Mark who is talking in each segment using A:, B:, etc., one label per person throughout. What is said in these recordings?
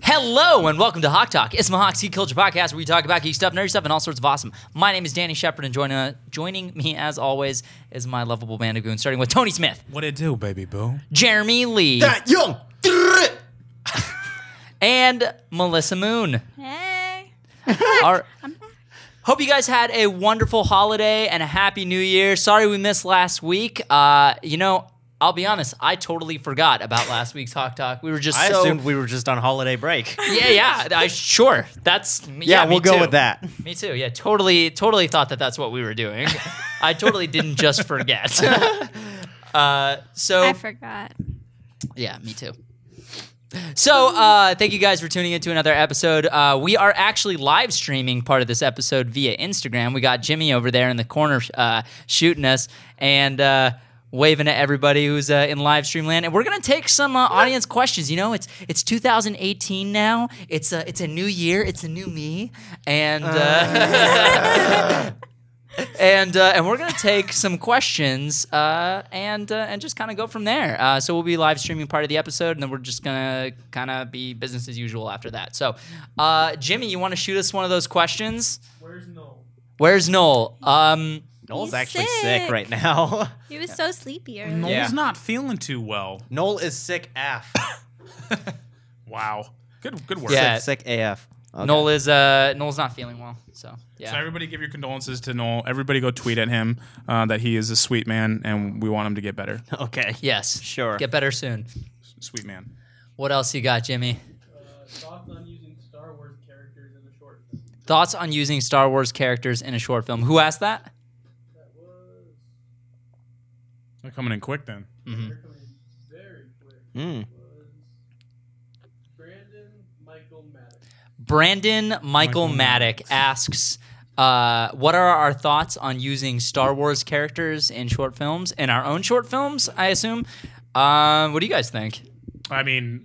A: Hello and welcome to Hawk Talk. It's my Hawks Geek Culture Podcast where we talk about geek stuff, nerdy stuff, and all sorts of awesome. My name is Danny Shepard, and join, uh, joining me as always is my lovable band of goons, starting with Tony Smith,
B: What it do, baby boo?
A: Jeremy Lee,
B: That young.
A: and Melissa Moon.
C: Hey.
A: Our- Hope you guys had a wonderful holiday and a happy new year. Sorry we missed last week. Uh, you know, I'll be honest, I totally forgot about last week's Hawk Talk. We were just
D: I
A: so
D: assumed we were just on holiday break. yeah,
A: yeah, yeah. I sure. That's yeah. me
D: we'll go
A: too.
D: with that.
A: Me too. Yeah, totally, totally thought that that's what we were doing. I totally didn't just forget. uh, so
C: I forgot.
A: yeah, me too. So, uh, thank you guys for tuning in to another episode. Uh, we are actually live streaming part of this episode via Instagram. We got Jimmy over there in the corner uh, shooting us and uh, waving at everybody who's uh, in live stream land. And we're gonna take some uh, audience questions. You know, it's it's 2018 now. It's a it's a new year. It's a new me. And uh, and uh, and we're gonna take some questions uh, and uh, and just kind of go from there. Uh, so we'll be live streaming part of the episode, and then we're just gonna kind of be business as usual after that. So, uh, Jimmy, you want to shoot us one of those questions? Where's Noel? Where's Noel? Um,
D: Noel's
C: He's
D: actually sick.
C: sick.
D: right now.
C: He was so sleepy earlier.
B: Noel's
D: Yeah.
B: not feeling too well.
D: Noel is sick AF.
B: Wow. Good good work.
A: Yeah.
D: sick, sick AF. Okay.
A: Noel is uh, Noel's not feeling well. So
B: So
A: yeah,
B: everybody give your condolences to Noel. Everybody go tweet at him uh, that he is a sweet man and we want him to get better.
D: Okay.
A: yes,
D: Sure.
A: get better soon.
B: Sweet man.
A: What else you got, Jimmy?
E: Uh, thoughts on using Star Wars characters in a short film.
A: Thoughts on using Star Wars characters in a short film? Who asked that?
E: That was
B: They're coming in quick then.
E: they're coming in very quick.
D: Mm.
E: Was Brandon Michael Maddox.
A: Brandon Michael,
B: Michael
A: Maddock asks, uh, "What are our thoughts on using Star Wars characters in short films, in our own short films? I assume. Um, what do you guys think?
B: I mean,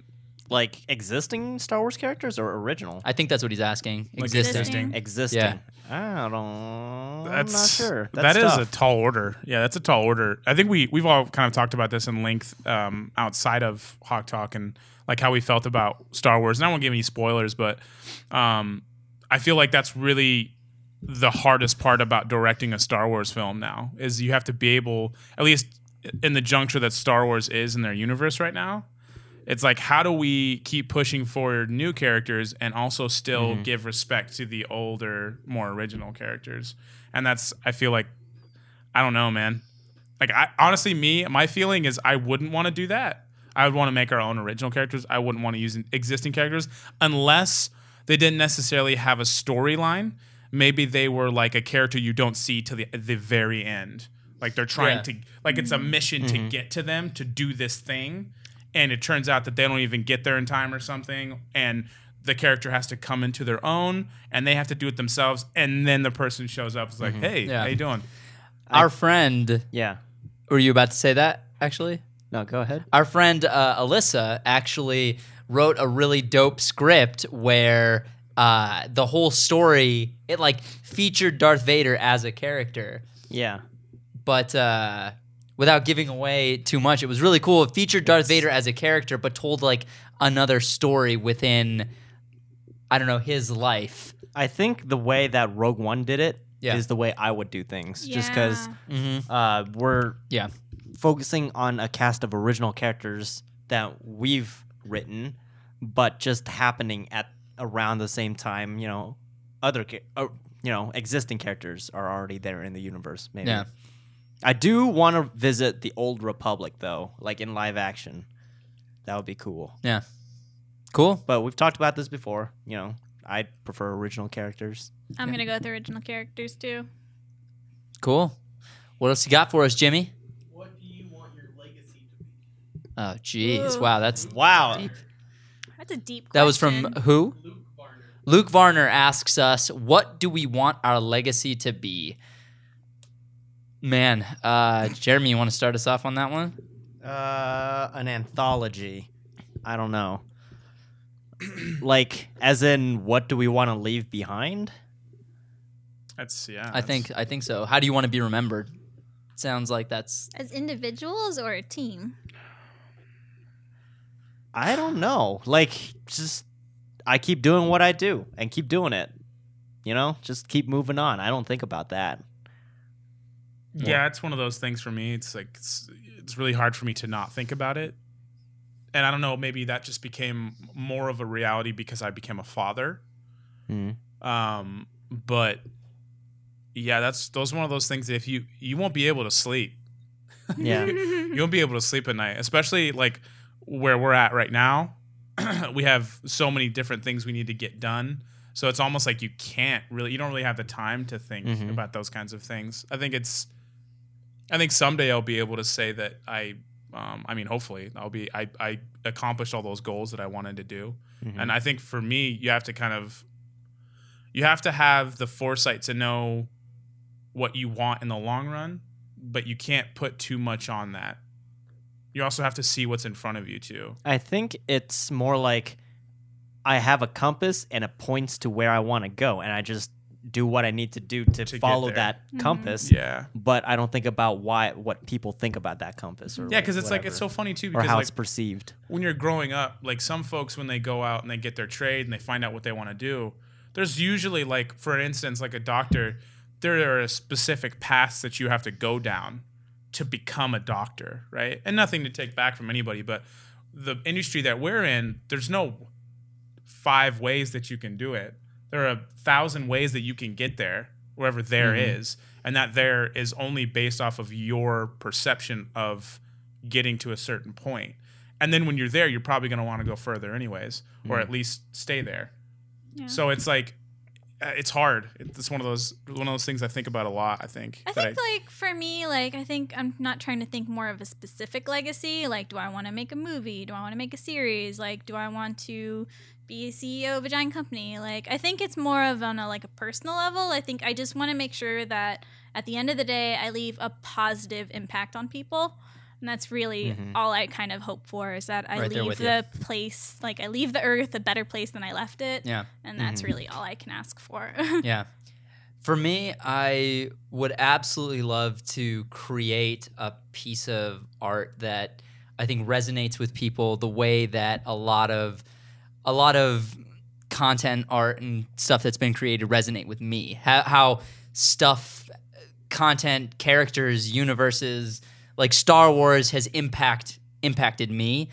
D: Like existing Star Wars characters or original?
A: I think that's what he's asking.
B: Like
A: Existing.
C: Existing.
D: Existing.
A: Yeah.
D: I don't.
B: that's
D: I'm not sure.
B: That's
D: That's
B: a
D: tough.
B: tall order. Yeah, that's a tall order. I think we we've all kind of talked about this in length um, outside of Hawk Talk and like how we felt about Star Wars. And I won't give any spoilers, but um, I feel like that's really the hardest part about directing a Star Wars film now is you have to be able, at least in the juncture that Star Wars is in their universe right now. It's like how do we keep pushing forward new characters and also still give respect to the older, more original characters? And that's I feel like I don't know, man. Like I honestly, me, my feeling is I wouldn't want to do that. I would want to make our own original characters. I wouldn't want to use existing characters unless they didn't necessarily have a storyline. Maybe they were like a character you don't see to the the very end. Like they're trying
A: Yeah. Mm-hmm.
B: to like it's a mission to get to them to do this thing and it turns out that they don't even get there in time or something and the character has to come into their own and they have to do it themselves and then the person shows up is like hey
A: Mm-hmm. Yeah.
B: how you doing
A: Our friend.
D: yeah.
A: Were you about to say that? Actually,
D: No, go ahead.
A: our friend uh, Alyssa actually wrote a really dope script where uh, the whole story it like featured Darth Vader as a character.
D: Yeah.
A: but uh, without giving away too much, it was really cool. It featured Darth Vader as a character, but told like another story within, I don't know, his life.
D: I think the way that Rogue One did it is
A: Yeah.
D: the way I would do things. Just because
C: Yeah.
D: uh, we're
A: Yeah,
D: focusing on a cast of original characters that we've written, but just happening at around the same time. You know, other cha- uh, you know existing characters are already there in the universe. Maybe.
A: Yeah.
D: I do want to visit the old Republic though, like in live action. That would be cool.
A: yeah, cool.
D: But we've talked about this before. You know, I prefer original characters.
C: I'm going to go with original characters too.
A: Cool. What else you got for us, Jimmy?
E: What do you want your legacy to be?
A: Oh, jeez,
C: Ooh.
A: wow, that's
D: Wow.
C: That's a deep question.
A: that was from who?
E: Luke Barner.
A: Luke Varner asks us, "What do we want our legacy to be?" Man, uh, Jeremy, you want to start us off on that one?
D: Uh, an anthology. I don't know. like, as in, what do we want to leave behind?
B: that's yeah
A: I
B: that's-
A: think I think so. How do you want to be remembered? Sounds like that's
C: As individuals or a team?
D: I don't know. Like, just I keep doing what I do and keep doing it. You know, just keep moving on. I don't think about that.
B: Yeah, it's one of those things for me. It's like it's, it's really hard for me to not think about it. And I don't know, maybe that just became more of a reality because I became a father.
D: Mm.
B: Um, but yeah, that's those are one of those things that if you you won't be able to sleep.
D: Yeah.
B: You won't be able to sleep at night, especially like where we're at right now. we have so many different things we need to get done. So it's almost like you can't really you don't really have the time to think
D: Mhm.
B: about those kinds of things. I think it's I think someday I'll be able to say that I um, I mean hopefully I'll be I, I accomplished all those goals that I wanted to do.
D: Mhm.
B: And I think for me, you have to kind of you have to have the foresight to know what you want in the long run, but you can't put too much on that. You also have to see what's in front of you too.
D: I think it's more like I have a compass and it points to where I want to go, and I just do what I need to do to,
B: To get
D: follow
B: there. Mm-hmm.
D: that
C: Mhm.
D: compass.
B: Yeah.
D: But I don't think about why what people think about that compass or
B: Yeah, because it's like
D: whatever,
B: it's so funny too.
D: or
B: Because
D: how
B: like
D: it's perceived.
B: when you're growing up, like some folks when they go out and they get their trade and they find out what they want to do, there's usually like for instance, like a doctor, there are specific paths that you have to go down to become a doctor, right? And nothing to take back from anybody, but the industry that we're in, there's no five ways that you can do it. There are a thousand ways that you can get there, wherever there is,
D: Mhm.
B: And that there is only based off of your perception of getting to a certain point. And then when you're there, you're probably going to want to go further, anyways, or
D: Mhm.
B: at least stay there.
C: Yeah.
B: So it's like, uh, it's hard. It's one of those one of those things I think about a lot. I think.
C: I
B: that
C: think like for me, like I think I'm not trying to think more of a specific legacy. Like, do I want to make a movie? Do I want to make a series? Like, do I want to be a CEO of a giant company? Like, I think it's more of on a like a personal level. I think I just want to make sure that at the end of the day, I leave a positive impact on people. And that's really
D: Mhm.
C: all I kind of hope for is that I
A: Mm-hmm. Right there
C: leave
A: with you.
C: the place, like I leave the earth a better place than I left it.
A: Yeah. Mm-hmm.
C: And that's
D: Mhm.
C: really all I can ask for.
A: yeah. For me, I would absolutely love to create a piece of art that I think resonates with people the way that a lot of a lot of content art and stuff that's been created resonate with me. How, how stuff content characters universes like star wars has impact impacted me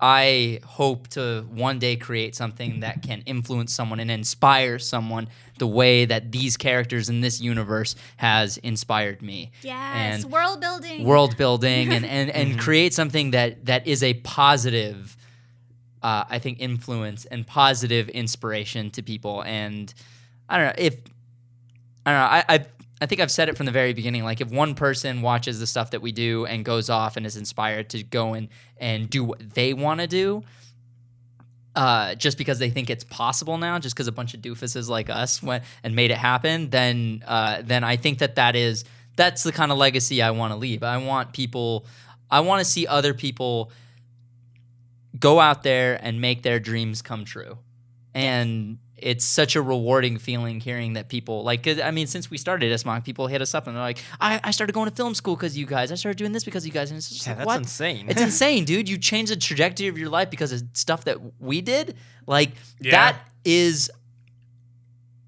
A: i hope to one day create something that can influence someone and inspire someone the way that these characters in this universe has inspired me
C: yes.
A: And
C: world building.
A: world building and and, and create something that that is a positive uh, I think influence and positive inspiration to people and I don't know if I don't know I, I I think I've said it from the very beginning like if one person watches the stuff that we do and goes off and is inspired to go and and do what they want to do uh, just because they think it's possible now, just because a bunch of doofuses like us went and made it happen, then uh, then I think that that is that's the kind of legacy I want to leave. I want people, I want to see other people go out there and make their dreams come true, and it's such a rewarding feeling hearing that people like 'cause, i mean since we started smoc people hit us up and they're like i, I started going to film school because you guys i started doing this because of you guys and it's just
D: Yeah,
A: like,
D: that's
A: what?
D: insane.
A: It's insane, dude. You changed the trajectory of your life because of stuff that we did. Like
B: Yeah.
A: that is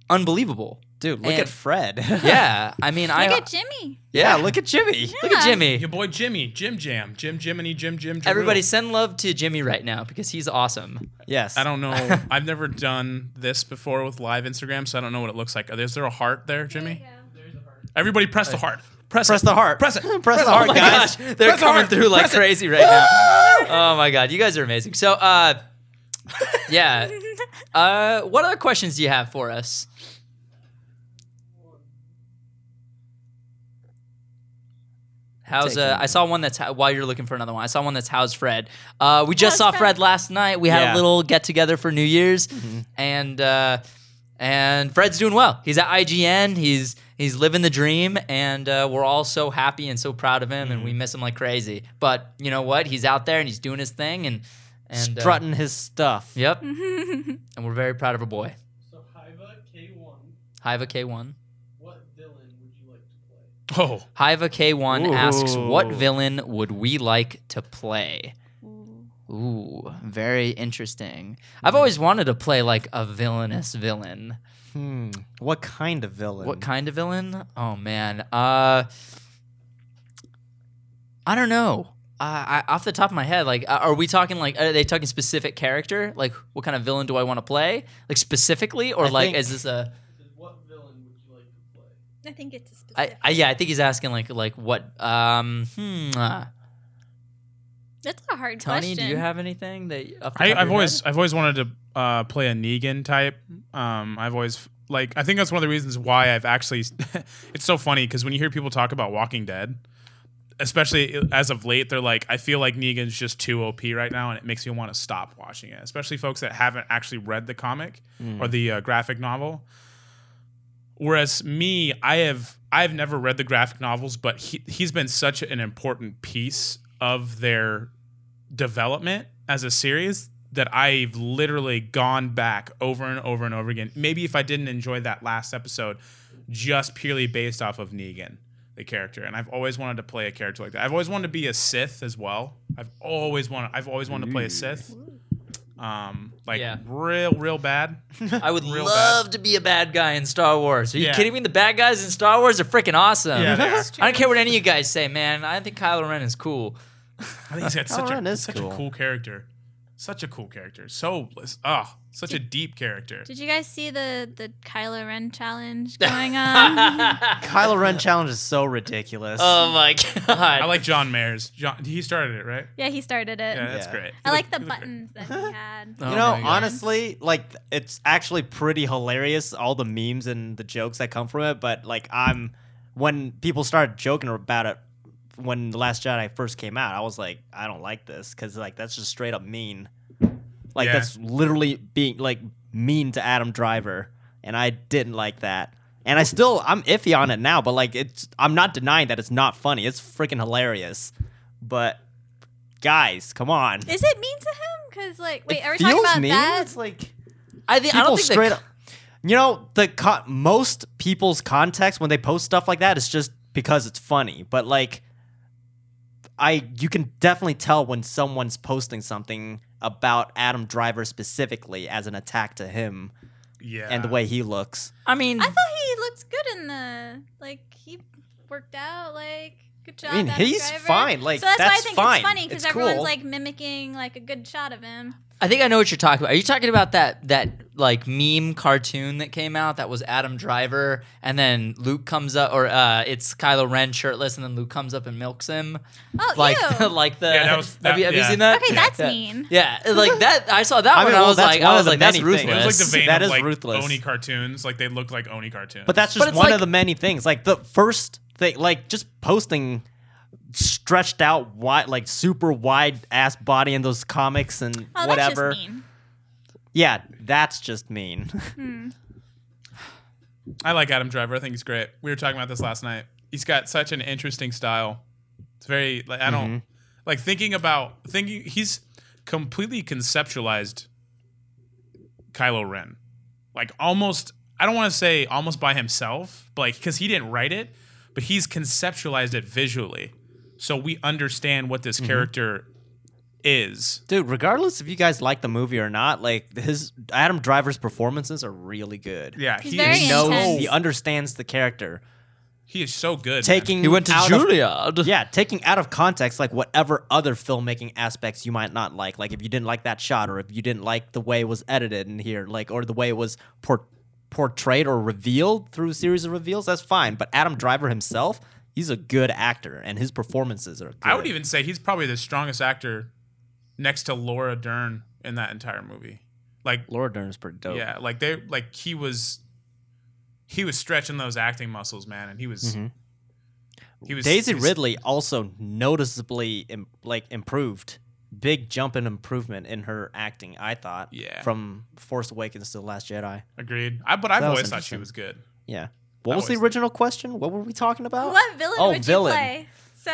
A: unbelievable.
D: Dude, look
A: And-
D: at Fred.
A: Yeah, I mean, I
C: Look at Jimmy.
D: yeah, look at Jimmy.
A: look at
C: Yeah.
A: Jimmy.
B: Your boy Jimmy, Jim Jam, Jim Jiminy, Jim Jim. Jeru.
A: Everybody, send love to Jimmy right now because he's awesome.
D: Yes.
B: I don't know. I've never done this before with live Instagram, so I don't know what it looks like. Is there a heart there, Jimmy?
E: There's a heart.
B: Everybody, press the heart. Press,
D: press
B: it.
D: the heart.
B: Press it.
D: Press the
A: Oh
D: heart,
A: my
D: guys.
A: gosh, they're
B: Press
A: coming
B: hard.
A: through like
B: Press it.
A: crazy right now. oh my god, you guys are amazing. So, uh, yeah. Uh, what other questions do you have for us? How's
D: Take
A: uh,
D: them.
A: I saw one that's ho- while you're looking for another one. I saw one that's how's Fred. Uh, we just
C: How's
A: saw
C: Fred?
A: Fred last night. We had
D: Yeah. Mm-hmm.
A: a little get together for New Year's, and uh, and Fred's doing well. He's at IGN. He's he's living the dream, and uh, we're all so happy and so proud of him, and
D: Mm-hmm.
A: we miss him like crazy. But you know what? He's out there and he's doing his thing, and and uh,
D: Strutting his stuff.
A: yep, and we're very proud of our boy.
E: So Hiva K1,
A: Hiva K1.
E: what villain would you like to play?
B: Oh,
A: Hiva K1 asks, What
D: Ooh.
A: villain would we like to play? Ooh, very interesting. I've always wanted to play like a villainous villain.
D: Hmm. What kind of villain?
A: What kind of villain? Oh man. Uh I don't know. Uh, I, off the top of my head, like, uh, are we talking like, are they talking specific character? Like, what kind of villain do I want to play? Like specifically, or
D: I
A: like,
D: think-
A: is this a?
E: Says, what villain would you like to play?
C: I think it's a
A: I,
C: specific.
A: I yeah, I think he's asking like, like what? Um, hmm, uh,
C: That's a hard
A: Tony,
C: question.
A: do you have anything that? Off the top
B: I,
A: of your
B: I've always
A: head?
B: I've always wanted to uh, play a Negan type. Um, I've always like I think that's one of the reasons why I've actually. it's so funny because when you hear people talk about Walking Dead, especially as of late, they're like, I feel like Negan's just too OP right now, and it makes me want to stop watching it. Especially folks that haven't actually read the comic
D: Hmm.
B: or the uh, graphic novel. Whereas me, I have I've never read the graphic novels, but he, he's been such an important piece of their development as a series that I've literally gone back over and over and over again. Maybe if I didn't enjoy that last episode, just purely based off of Negan, the character. And I've always wanted to play a character like that. I've always wanted to be a Sith as well. I've always wanted I've always wanted to play a Sith. Um like
A: Yeah.
B: real real bad.
A: I would
B: real
A: love to be a bad guy in Star Wars. Are you
B: Yeah.
A: kidding me? The bad guys in Star Wars are freaking awesome.
B: Yeah, they are.
A: I don't care what any of you guys say, man. I think Kylo Ren is cool.
B: I think he's got such,
D: Ren
B: a,
D: Oh, is
B: such
D: cool.
B: a cool character. Such a cool character. So, oh, such a deep character.
C: Did you guys see the the Kylo Ren challenge going on?
D: Kylo Ren challenge is so ridiculous.
A: Oh my god!
B: I like John Mayer's. John, he started it, right?
C: yeah, he started it.
B: Yeah, that's
D: Yeah.
B: great.
C: I like the
B: He looked great.
C: buttons that he had.
A: Oh
D: you know,
A: my God.
D: honestly, like it's actually pretty hilarious all the memes and the jokes that come from it. But like, I'm when people started joking about it when the Last Jedi first came out, I was like, I don't like this because like that's just straight up mean. Like
B: Yeah.
D: that's literally being like mean to Adam Driver, and I didn't like that. And I still I'm iffy on it now, but like it's I'm not denying that it's not funny. It's freaking hilarious, but guys, come on.
C: Is it mean to him? Because like, wait,
D: It
C: are we talking
D: feels
C: about
D: mean.
C: that?
D: It's like
A: I think I
D: people
A: don't think the
D: straight
A: co-
D: up. You know, the co- most people's context when they post stuff like that is just because it's funny. But like, I you can definitely tell when someone's posting something about Adam Driver specifically as an attack to him
B: Yeah.
D: and the way he looks.
A: I mean,
C: I thought he looked good in the like he worked out like good job.
D: I mean,
C: Adam
D: he's
C: Driver.
D: fine, like,
C: so that's, why I
D: that's
C: think
D: fine.
C: it's funny because
D: It's
C: everyone's
D: cool.
C: like mimicking like a good shot of him.
A: I think I know what you're talking about. Are you talking about that that like meme cartoon that came out that was Adam Driver and then Luke comes up or uh it's Kylo Ren shirtless and then Luke comes up and milks him?
C: Oh,
A: Like
C: ew.
A: like the
B: Yeah, that was-
A: Have, you,
B: that-
A: have you
B: yeah.
A: seen that?
C: Okay,
A: yeah.
C: that's mean.
A: Yeah, like that I saw that
D: I
A: one
D: mean,
A: and I
D: well,
A: was
D: that's
A: like
D: one
A: I
D: of
A: was
D: the
A: like that's
D: many things.
A: ruthless.
B: it was like the vein
D: That
B: of
D: is
B: like
D: ruthless.
B: Oni cartoons. Like they looked like Oni cartoons.
D: But that's
A: But
D: just
A: it's
D: one
A: like-
D: of the many things. Like the first thing, like just posting stretched out wide, like super wide ass body in those comics and
C: Oh,
D: whatever.
C: that's just mean.
D: Yeah, that's just mean.
B: I like Adam Driver. I think he's great. We were talking about this last night. He's got such an interesting style. It's very like I don't like thinking about thinking. He's completely conceptualized Kylo Ren, like almost. I don't want to say almost by himself, but like because he didn't write it, but he's conceptualized it visually, so we understand what this character is.
D: Dude, regardless if you guys like the movie or not, like his Adam Driver's performances are really good.
B: Yeah,
C: He's
B: he
C: very
B: is
D: He knows,
B: so
C: intense.
D: he understands the character.
B: he is so good. man.
D: Taking out of-
A: Juilliard.
D: yeah, taking out of context like whatever other filmmaking aspects you might not like, like if you didn't like that shot or if you didn't like the way it was edited in here, like or the way it was por- portrayed or revealed through a series of reveals, that's fine. But Adam Driver himself, he's a good actor and his performances are. Good.
B: I would even say he's probably the strongest actor next to Laura Dern in that entire movie. Like
D: Laura Dern is pretty dope.
B: yeah, like they like he was he was stretching those acting muscles, man, and he was
D: Mhm.
B: he was
D: Mm-hmm. Daisy
B: he was-
D: Ridley also noticeably im- like improved. Big jump and improvement in her acting, I thought.
B: Yeah.
D: From Force Awakens to The Last Jedi.
B: Agreed. I but I've
D: That was
B: always thought she
D: interesting.
B: was good.
D: Yeah. What
B: I
D: was the
B: always-
D: original question? What were we talking about?
C: What villain
D: Oh,
C: would
D: villain.
C: you play? So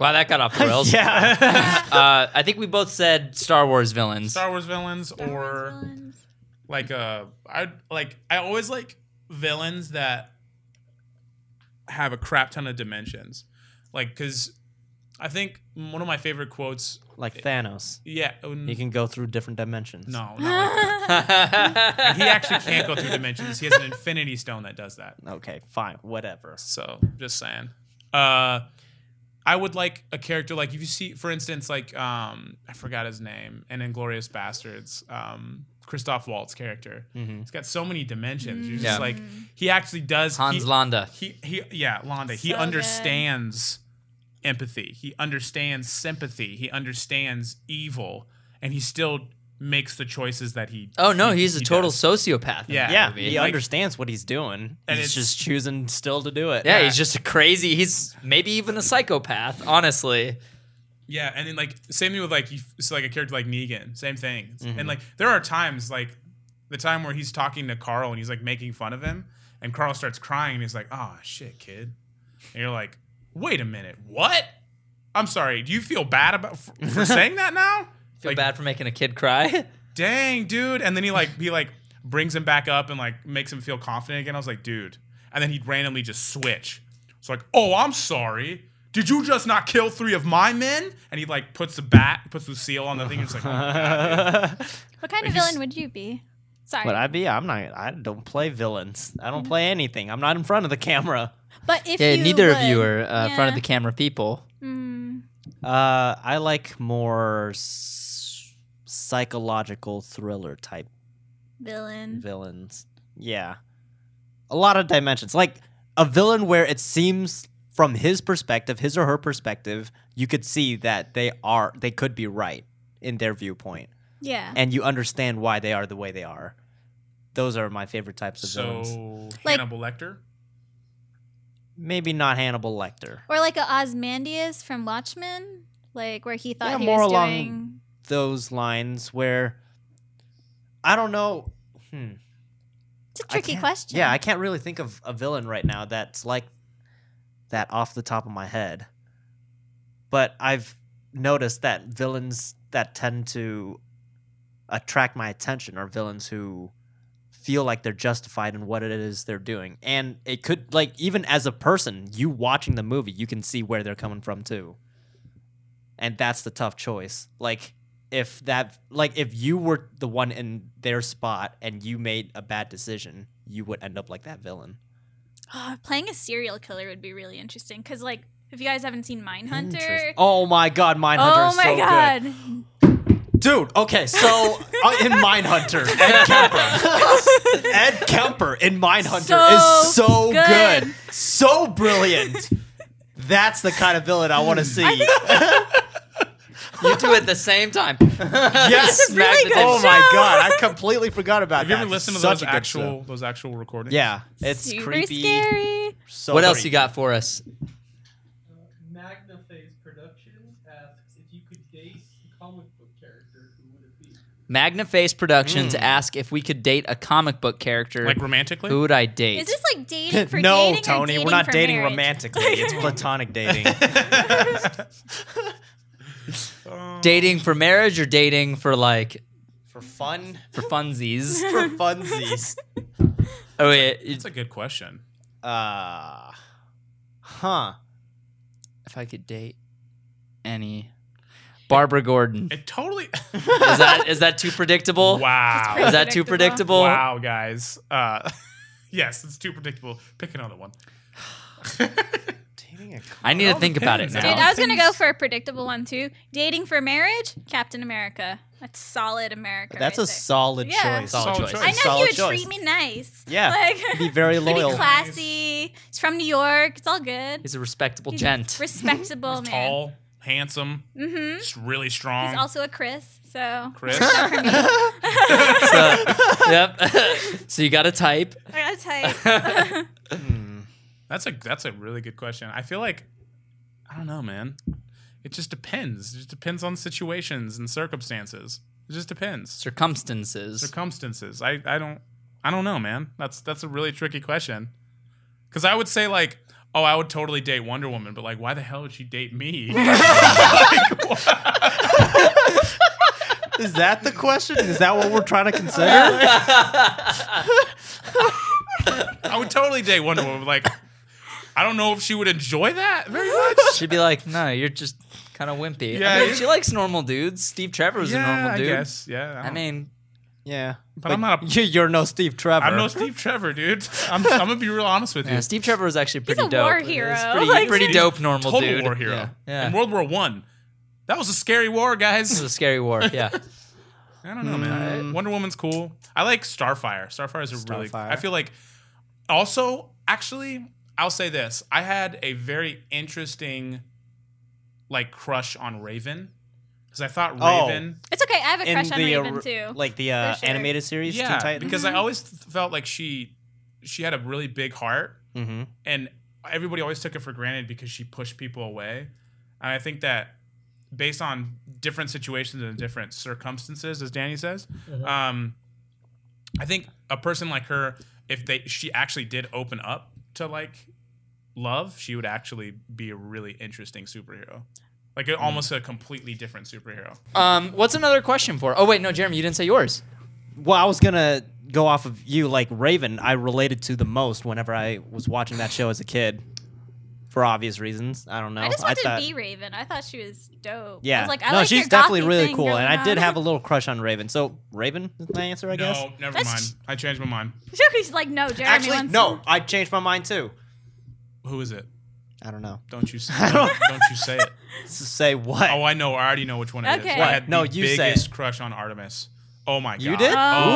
A: Wow, that got off the rails.
D: yeah.
A: Uh, I think we both said Star Wars villains.
B: Star Wars villains or
C: villains.
B: like uh I like I always like villains that have a crap ton of dimensions. Like cuz I think one of my favorite quotes
D: like Thanos.
B: Yeah. oh,
D: He can go through different dimensions.
B: no, not like that. he actually can't go through dimensions. He has an infinity stone that does that.
D: Okay, fine, whatever.
B: So just saying. Uh I would like a character like if you see, for instance, like um I forgot his name, and Inglorious Bastards, um, Christoph Waltz character. He's got so many dimensions. You're just
A: Yeah.
B: like
C: Mm-hmm.
B: he actually does
A: Hans
B: he,
A: Landa.
B: He he yeah, Londa. he
C: So good.
B: understands empathy. He understands sympathy. He understands evil, and he still makes the choices that he
A: Oh no, he's a
B: he
A: total
B: does.
A: sociopath. in
B: Yeah.
A: that
D: Yeah,
A: movie.
D: he
B: like-
D: understands what he's doing.
B: And
D: he's
B: it's-
D: just choosing still to do it.
A: Yeah,
B: Yeah.
A: he's just a crazy. He's maybe even a psychopath, honestly.
B: Yeah, and then like same thing with like you, it's like a character like Negan, same thing. And like there are times like the time where he's talking to Carl and he's like making fun of him, and Carl starts crying and he's like, "Oh shit, kid," and you're like, "Wait a minute, what? I'm sorry. Do you feel bad about for, for saying that now?
A: Feel
B: like,
A: bad for making a kid cry.
B: Dang, dude!" And then he like he like brings him back up and like makes him feel confident again. I was like, "Dude," and then he'd randomly just switch. So like, oh, I'm sorry. Did you just not kill three of my men? And he like puts the bat, puts the seal on the thing. And it's like, oh my God, dude.
C: What kind of
B: He's-
C: villain would you be? Sorry.
D: But I'd be. I'm not. I don't play villains. I don't play anything. I'm not in front of the camera.
C: But if
A: yeah,
C: you
A: neither of you
C: would-
A: are uh,
C: yeah.
A: front of the camera people.
C: Mm,
D: Uh, I like more s- psychological thriller type
C: villain.
D: villains. Yeah, a lot of dimensions. Like a villain where it seems from his perspective, his or her perspective, you could see that they are they could be right in their viewpoint,
C: yeah.
D: and you understand why they are the way they are. Those are my favorite types of villains.
B: So
C: Like-
B: Hannibal Lecter.
D: Maybe not Hannibal Lecter.
C: or like a Osmandius from Watchmen, like where he thought
D: Yeah,
C: he
D: more
C: was
D: along-
C: doing.
D: Those lines where I don't know. Hmm.
C: It's a
D: I
C: tricky
D: can't-
C: question.
D: Yeah, I can't really think of a villain right now that's like that off the top of my head. But I've noticed that villains that tend to attract my attention are villains who feel like they're justified in what it is they're doing. And it could like even as a person, you watching the movie, you can see where they're coming from too. And that's the tough choice. Like if that like if you were the one in their spot and you made a bad decision, you would end up like that villain.
C: Oh, playing a serial killer would be really interesting because, like, if you guys haven't seen Mindhunter,
D: Interest- Oh my god, Mindhunter is
C: my
D: so
C: god,
D: good. Dude, okay, so uh, in Mindhunter, Ed Kemper. Ed Kemper in Mindhunter
C: So
D: is so
C: good.
D: good. So brilliant. That's the kind of villain I want
B: Hmm.
D: to see.
A: You two at the same time.
D: yes,
A: Smack the table.
D: Oh my god, I completely forgot about
B: Have
D: that.
B: you ever listened to
D: Such
B: those
D: a good
B: actual
D: show.
B: those actual recordings?
D: Yeah, it's
C: super
D: creepy.
C: scary.
D: So
A: What else you
D: creepy.
A: got for us?
E: Uh, Magnaphase Productions asks if you could date a comic book character, who would it be?
A: Magnaface Productions ask if we could date a comic book character.
B: Mm. like romantically.
A: who would I date?
C: Is this like dating for
D: no,
C: dating or
D: Tony,
C: dating
D: we're not
C: for
D: dating
C: marriage?
D: romantically. it's platonic dating.
A: dating for marriage or dating for like
D: For fun,
A: for funsies?
D: for funsies.
A: oh wait, it's,
B: That's a good question.
D: Uh, huh.
A: if I could date any Barbara Gordon.
B: It totally.
A: Is that is that too predictable?
B: wow.
A: Is that too predictable?
C: Predictable.
B: Wow, guys. Uh, yes, it's too predictable. Pick another one.
D: Dating a
A: I need to think about it
B: depends.
A: now.
C: Dude, I was gonna go for a predictable one too. Dating for marriage, Captain America. That's solid America.
D: That's a
C: right
D: solid
C: Yeah.
D: choice.
A: Solid choice.
C: there. I know
D: solid
C: he would
D: choice.
C: treat me nice.
D: Yeah,
C: like
D: Be very
C: he'd be
D: loyal.
C: classy. He's from New York. It's all good.
A: He's a respectable
C: He's
A: gent.
C: respectable Oh, man.
B: Tall, handsome,
C: Mm-hmm.
B: s- really strong.
C: He's also a Chris, so
B: Chris.
A: So, yep. so you got a type.
C: I gotta tell you.
B: That's a that's a really good question. I feel like I don't know, man. It just depends. It just depends on situations and circumstances. It just depends.
A: Circumstances.
B: Circumstances. I, I don't I don't know, man. That's that's a really tricky question. Cause I would say like, oh, I would totally date Wonder Woman, but like why the hell would she date me?
D: Is that the question? Is that what we're trying to consider?
B: I would totally date Wonder Woman, but like I don't know if she would enjoy that very much.
A: She'd be like, "No, you're just kind of wimpy."
B: Yeah,
A: I mean,
B: you-
A: she likes normal dudes. Steve Trevor was a
B: yeah,
A: normal
B: I
A: dude.
B: guess. Yeah.
A: I
B: don't-
A: mean,
D: Yeah,
B: But I'm not a-
D: you- You're no Steve Trevor.
B: I'm no Steve Trevor, dude. I'm, I'm gonna be real honest with you.
A: yeah, Steve Trevor was actually pretty
C: a
A: dope.
C: war
A: He was
C: hero.
A: pretty,
C: Like,
A: pretty
B: He's
A: dope normal
B: Total
A: dude.
B: war hero.
A: Yeah, yeah.
B: In World War One, that was a scary war,
A: this is
B: guys.
A: a scary war. Yeah,
B: I don't know, man. Wonder Woman's cool. I like Starfire. Starfire's a really.
D: Starfire.
B: I feel like. Also, actually, I'll say this. I had a very interesting, like, crush on Raven, because I thought
D: Oh.
B: Raven.
C: It's okay. I have a crush on
D: uh,
C: Raven
D: r-
C: too.
D: like the uh,
C: For sure.
D: animated series, Teen
B: yeah,
D: Titans.
B: because I always th- felt like she, she had a really big heart,
D: mm-hmm.
B: and everybody always took it for granted because she pushed people away. And I think that based on different situations and different circumstances, as Danny says, um, I think a person like her, if they she actually did open up to like love, she would actually be a really interesting superhero. Like
D: Mm.
B: a- almost a completely different superhero.
A: Um, what's another question for? Oh wait, no, Jeremy, you didn't say yours.
D: Well, I was gonna go off of you, like Raven. I related to the most whenever I was watching that show as a kid, for obvious reasons. I don't know.
C: I just wanted
D: thought-
C: to be Raven. I thought she was dope. I
D: Yeah.
C: was like, I
D: no,
C: like
D: she's
C: your
D: definitely
C: gothy
D: really
C: thing
D: cool,
C: going
D: and I did
C: on.
D: have a little crush on Raven. So Raven is my answer, I guess.
B: No, never
D: That's-
B: mind. I changed my mind.
C: She's like, no, Jeremy.
D: Actually,
C: wants
D: no, I changed my mind too.
B: Who is it?
D: I don't know.
B: Don't you say don't, don't you say it.
D: S- Say what?
B: Oh, I know. I already know which one it is.
C: Okay.
B: I
C: What?
B: had
D: No,
B: the
D: you say
B: biggest crush on Artemis. Oh my god.
D: you did?
B: Oh,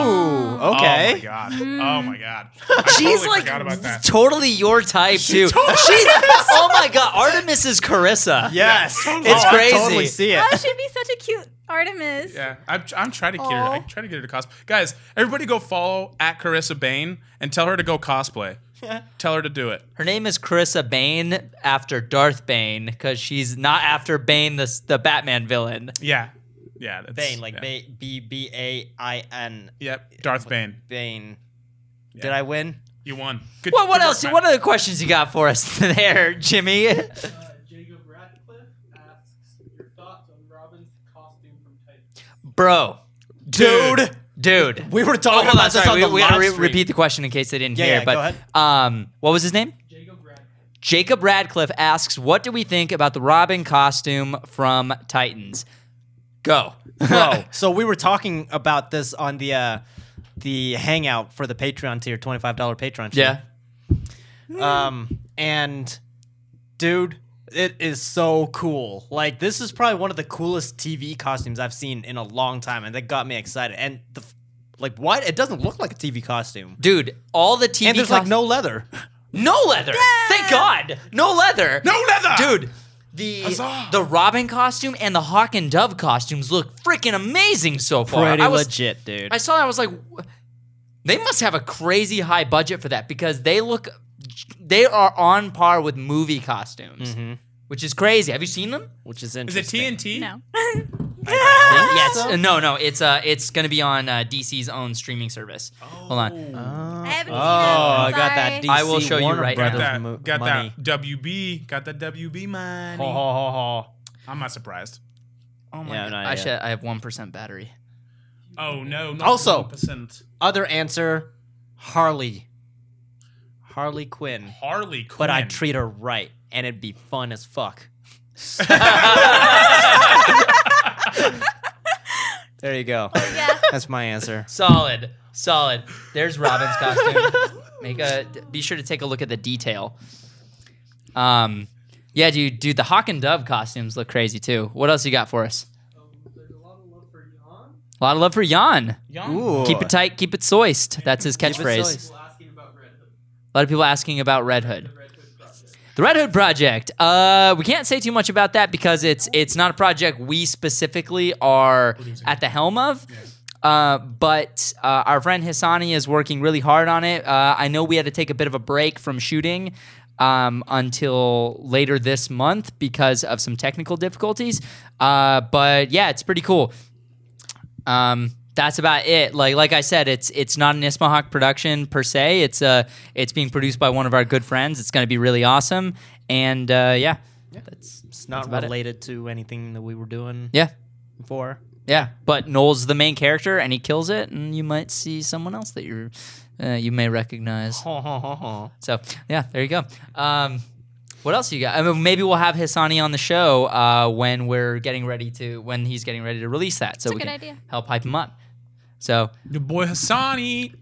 D: Ooh, okay.
B: Oh my god. Oh my god. I
A: She's
B: totally
A: like
B: forgot about that.
A: totally your type too. She's oh my god, Artemis is Carissa.
D: Yes,
B: Yeah, totally.
A: It's
D: Oh,
A: crazy.
D: I totally see it.
C: Oh, she'd be such a cute Artemis.
B: Yeah, I'm, I'm trying to get her.
C: Aw.
B: I try to get her to cosplay. Guys, everybody go follow at Carissa Bain and tell her to go cosplay. tell her to do it.
A: Her name is Carissa Bane after Darth Bane because she's not after Bane, the s- the Batman villain.
B: Yeah, yeah. That's,
D: Bane, like
B: yeah.
D: ba B B A I N.
B: Yep, Darth Bane.
D: Bane.
B: Yeah.
D: Did I win?
B: You won. Good.
A: Well, what
B: good
A: else?
B: work,
A: What
B: man.
A: other questions you got for us there, Jimmy?
E: Uh, Jacob Ratcliffe asks your thoughts on Robin's costume from Titans.
A: Bro,
D: Dude.
A: dude.
D: We were
A: Oh,
D: talking
A: hold on,
D: about this
A: sorry. We,
D: on the
A: we gotta
D: live
A: re-
D: stream.
A: repeat the question in case they didn't
D: Yeah,
A: hear.
D: yeah,
A: but
D: go ahead.
A: um, what was his name?
E: Jacob Ratcliffe.
A: Jacob Radcliffe asks, "What do we think about the Robin costume from Titans?" Go,
D: Bro, so we were talking about this on the uh, the hangout for the Patreon tier, twenty five dollar Patreon.
A: yeah,
D: tier.
B: Mm.
D: Um, and dude, it is so cool. Like this is probably one of the coolest TV costumes I've seen in a long time, and that got me excited. And the f- like, what? It doesn't look like a TV costume.
A: dude. All the TV
D: And there's like
A: cos-
D: no leather.
A: no leather. Thank God, no leather.
B: No leather,
A: dude. The
B: Huzzah.
A: the Robin costume and the Hawk and Dove costumes look freaking amazing so far.
D: Pretty
A: I was
D: legit, dude.
A: I saw that I was like, "Wh- they must have a crazy high budget for that because they look, they are on par with movie costumes, which is crazy. Have you seen them?
D: Mm-hmm. which is
B: Is it
D: interesting.
B: TNT?
C: No.
A: yes.
D: so?
A: Uh, No, no. It's uh, it's gonna be on uh, DC's own streaming service. Hold on.
D: Oh,
C: I haven't seen it.
D: I got that.
C: Sorry.
D: DC
A: I will show you
D: Warner
A: right now.
D: Brothers
B: Got that.
D: mo-
B: got
D: money.
B: that. WB. Got that WB money.
D: Ho, ho, ho, ho.
B: I'm not surprised.
A: Oh
D: Yeah,
A: god.
D: not
A: I
D: yet.
A: should. I have one percent battery.
B: Oh no. Not
D: Also-
B: 1%.
D: Other answer, Harley. Harley Quinn.
B: Harley Quinn.
D: But I treat her right, and it'd be fun as fuck. there you go.
C: Yeah.
D: That's my answer.
A: Solid. Solid. There's Robin's costume. Make a. Be sure to take a look at the detail. Um. Yeah, dude, dude, the Hawk and Dove costumes look crazy too. What else you got for us?
E: Um, there's a lot of love for Jan.
A: A lot of love for Jan.
B: Young.
A: Keep it tight, keep it soiced. That's his
D: Keep it
A: catchphrase.
D: soiced.
E: People asking about Red Hood.
A: A lot of people asking about Red Hood.
E: The Red Hood project.
A: The Red Hood project. Uh, we can't say too much about that because it's it's not a project we specifically are at the helm of. Uh, but uh, our friend Hassani is working really hard on it. Uh, I know we had to take a bit of a break from shooting um, until later this month because of some technical difficulties. Uh, but yeah, it's pretty cool. Um, that's about it. Like like I said, it's it's not an Ismahawk production per se. It's uh it's being produced by one of our good friends. It's going to be really awesome. And uh, yeah, that's
D: It's not
A: about it.
D: related to anything that we were doing
A: yeah.
D: before.
A: Yeah, but Noel's the main character, and he kills it, and you might see someone else that you're, uh, you may recognize. So yeah, there you go. Um, what else you got? I mean, maybe we'll have Hisani on the show uh, when we're getting ready to when he's getting ready to release that, so
C: It's a
A: we
C: good
A: can
C: idea.
A: help hype him up. So
B: Your boy Hassani.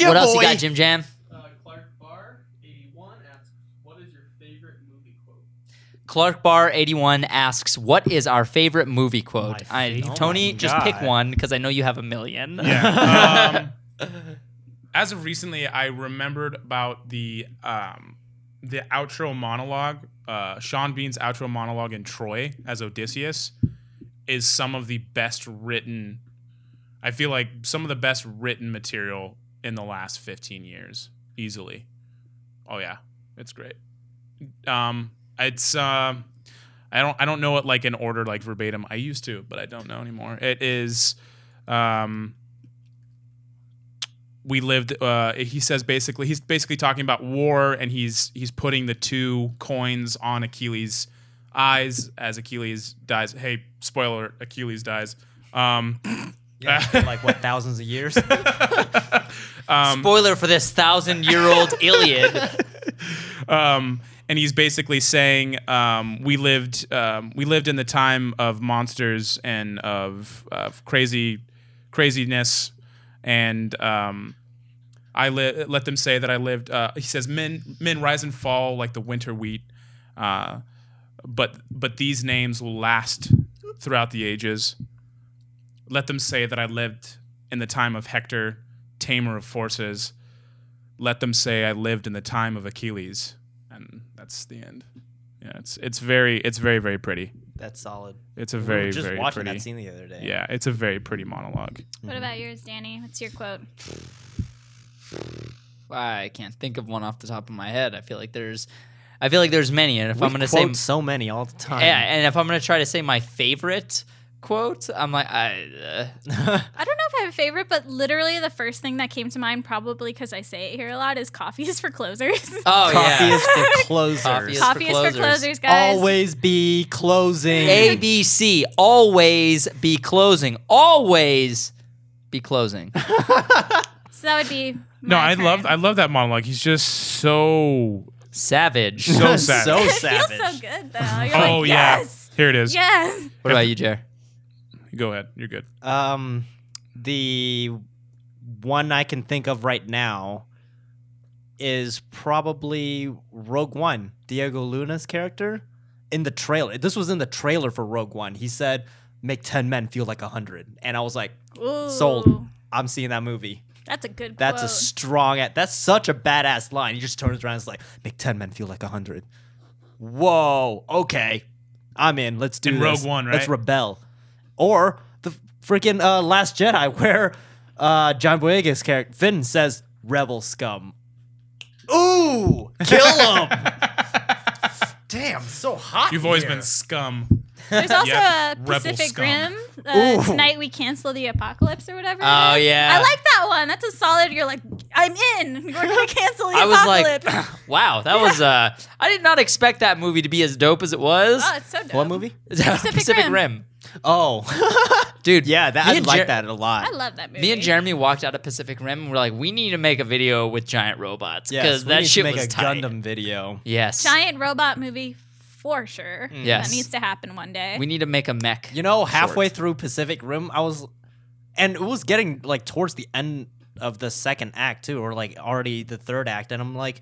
A: what else you got, Jim Jam?
E: Uh, Clark Barr, 81, asks, What is your favorite movie quote?
A: Clark Bar eighty one asks, "What is our favorite movie quote?"
D: My
A: I,
D: favorite-
A: Tony,
D: Oh my
A: just pick
D: God.
A: one because I know you have a million.
B: Yeah. Um, as of recently, I remembered about the um, the outro monologue. Uh, Sean Bean's outro monologue in Troy as Odysseus is some of the best written. I feel like some of the best written material in the last fifteen years, easily. Oh yeah, it's great. Um, it's. Uh, I don't. I don't know it like in order, like verbatim. I used to, but I don't know anymore. It is. Um, we lived uh, he says basically he's basically talking about war and he's he's putting the two coins on achilles eyes as achilles dies hey spoiler achilles dies um,
D: Yeah, for like what thousands of years?
B: um,
A: Spoiler for this thousand-year-old Iliad.
B: um, and he's basically saying um, we lived um, we lived in the time of monsters and of, of crazy craziness, and um, I li- let them say that I lived. Uh, he says men men rise and fall like the winter wheat, uh, but but these names will last throughout the ages. Let them say that I lived in the time of Hector, tamer of forces. Let them say I lived in the time of Achilles, and that's the end. Yeah, it's it's very it's very very pretty.
D: That's solid.
B: It's a
D: We were
B: very
D: just
B: very
D: watching
B: pretty.
D: that scene the other day.
B: Yeah, it's a very pretty monologue.
C: What about yours, Danny? What's your quote?
A: I can't think of one off the top of my head. I feel like there's, I feel like there's many, and if
D: We
A: I'm gonna say
D: quote so many all the time.
A: Yeah, and if I'm gonna try to say my favorite quote, I'm like, I, uh,
C: I don't know if I have a favorite, but literally the first thing that came to mind, probably because I say it here a lot, is coffee is for closers.
A: oh
D: Coffee
A: yeah,
D: is for closers.
A: Coffee is-
C: coffee is for
A: closers.
C: closers, guys.
D: Always be closing.
A: ABC always be closing, always be closing.
C: So that would be
B: No,
C: my
B: I
C: turn.
B: love I love that monologue. He's just so
A: Savage.
B: so
D: so
B: sad.
D: savage.
C: It feels so good though. You're
B: oh
C: like,
B: yeah,
C: yes,
B: here it is.
C: yes.
A: what about you, Jer?
B: Go ahead, you're good.
D: Um, the one I can think of right now is probably Rogue One, Diego Luna's character in the trailer. This was in the trailer for Rogue One. He said, "Make ten men feel like a hundred. and I was like,
C: Ooh,
D: "Sold. I'm seeing that movie."
C: That's a good.
D: That's a
C: quote.
D: strong. a- That's such a badass line. He just turns around and is like, "Make ten men feel like a hundred. Whoa. Okay. I'm in. Let's do
B: In
D: this.
B: Rogue One,
D: Let's
B: right?
D: rebel. Or the freaking uh, Last Jedi, where uh, John Boyega's character Finn says, "Rebel scum." Ooh, kill him. Damn, so hot.
B: You've always
D: here.
B: been scum.
C: There's also
B: Yeah,
C: a
B: rebel
C: Pacific
B: scum.
C: Rim. Uh,
D: Ooh.
C: Tonight we cancel the apocalypse or whatever. it
A: Oh,
C: is.
A: yeah.
C: I like that one. That's a solid. You're like, I'm in. We're gonna cancel the
A: I was
C: apocalypse.
A: like, wow, that was. Uh, I did not expect that movie to be as dope as it was.
C: oh, it's so dope.
D: What movie?
A: Pacific, Rim.
C: Rim.
D: Oh,
A: dude.
D: yeah, that
A: me
D: I
A: and
D: like
A: Jer-
D: that a lot.
C: I love that movie.
A: Me and Jeremy walked out of Pacific Rim and we're like, we need to make a video with giant robots
D: Yes,
A: because
D: we
A: that
D: need to
A: shit
D: make
A: was
D: a
A: tight.
D: Gundam video.
A: Yes,
C: Giant robot movie for sure.
B: Mm.
A: Yes.
C: that needs to happen one day.
A: we need to make a mech.
D: You know,
A: short.
D: halfway through Pacific Rim, I was, and it was getting like towards the end of the second act too, or like already the third act, and I'm like,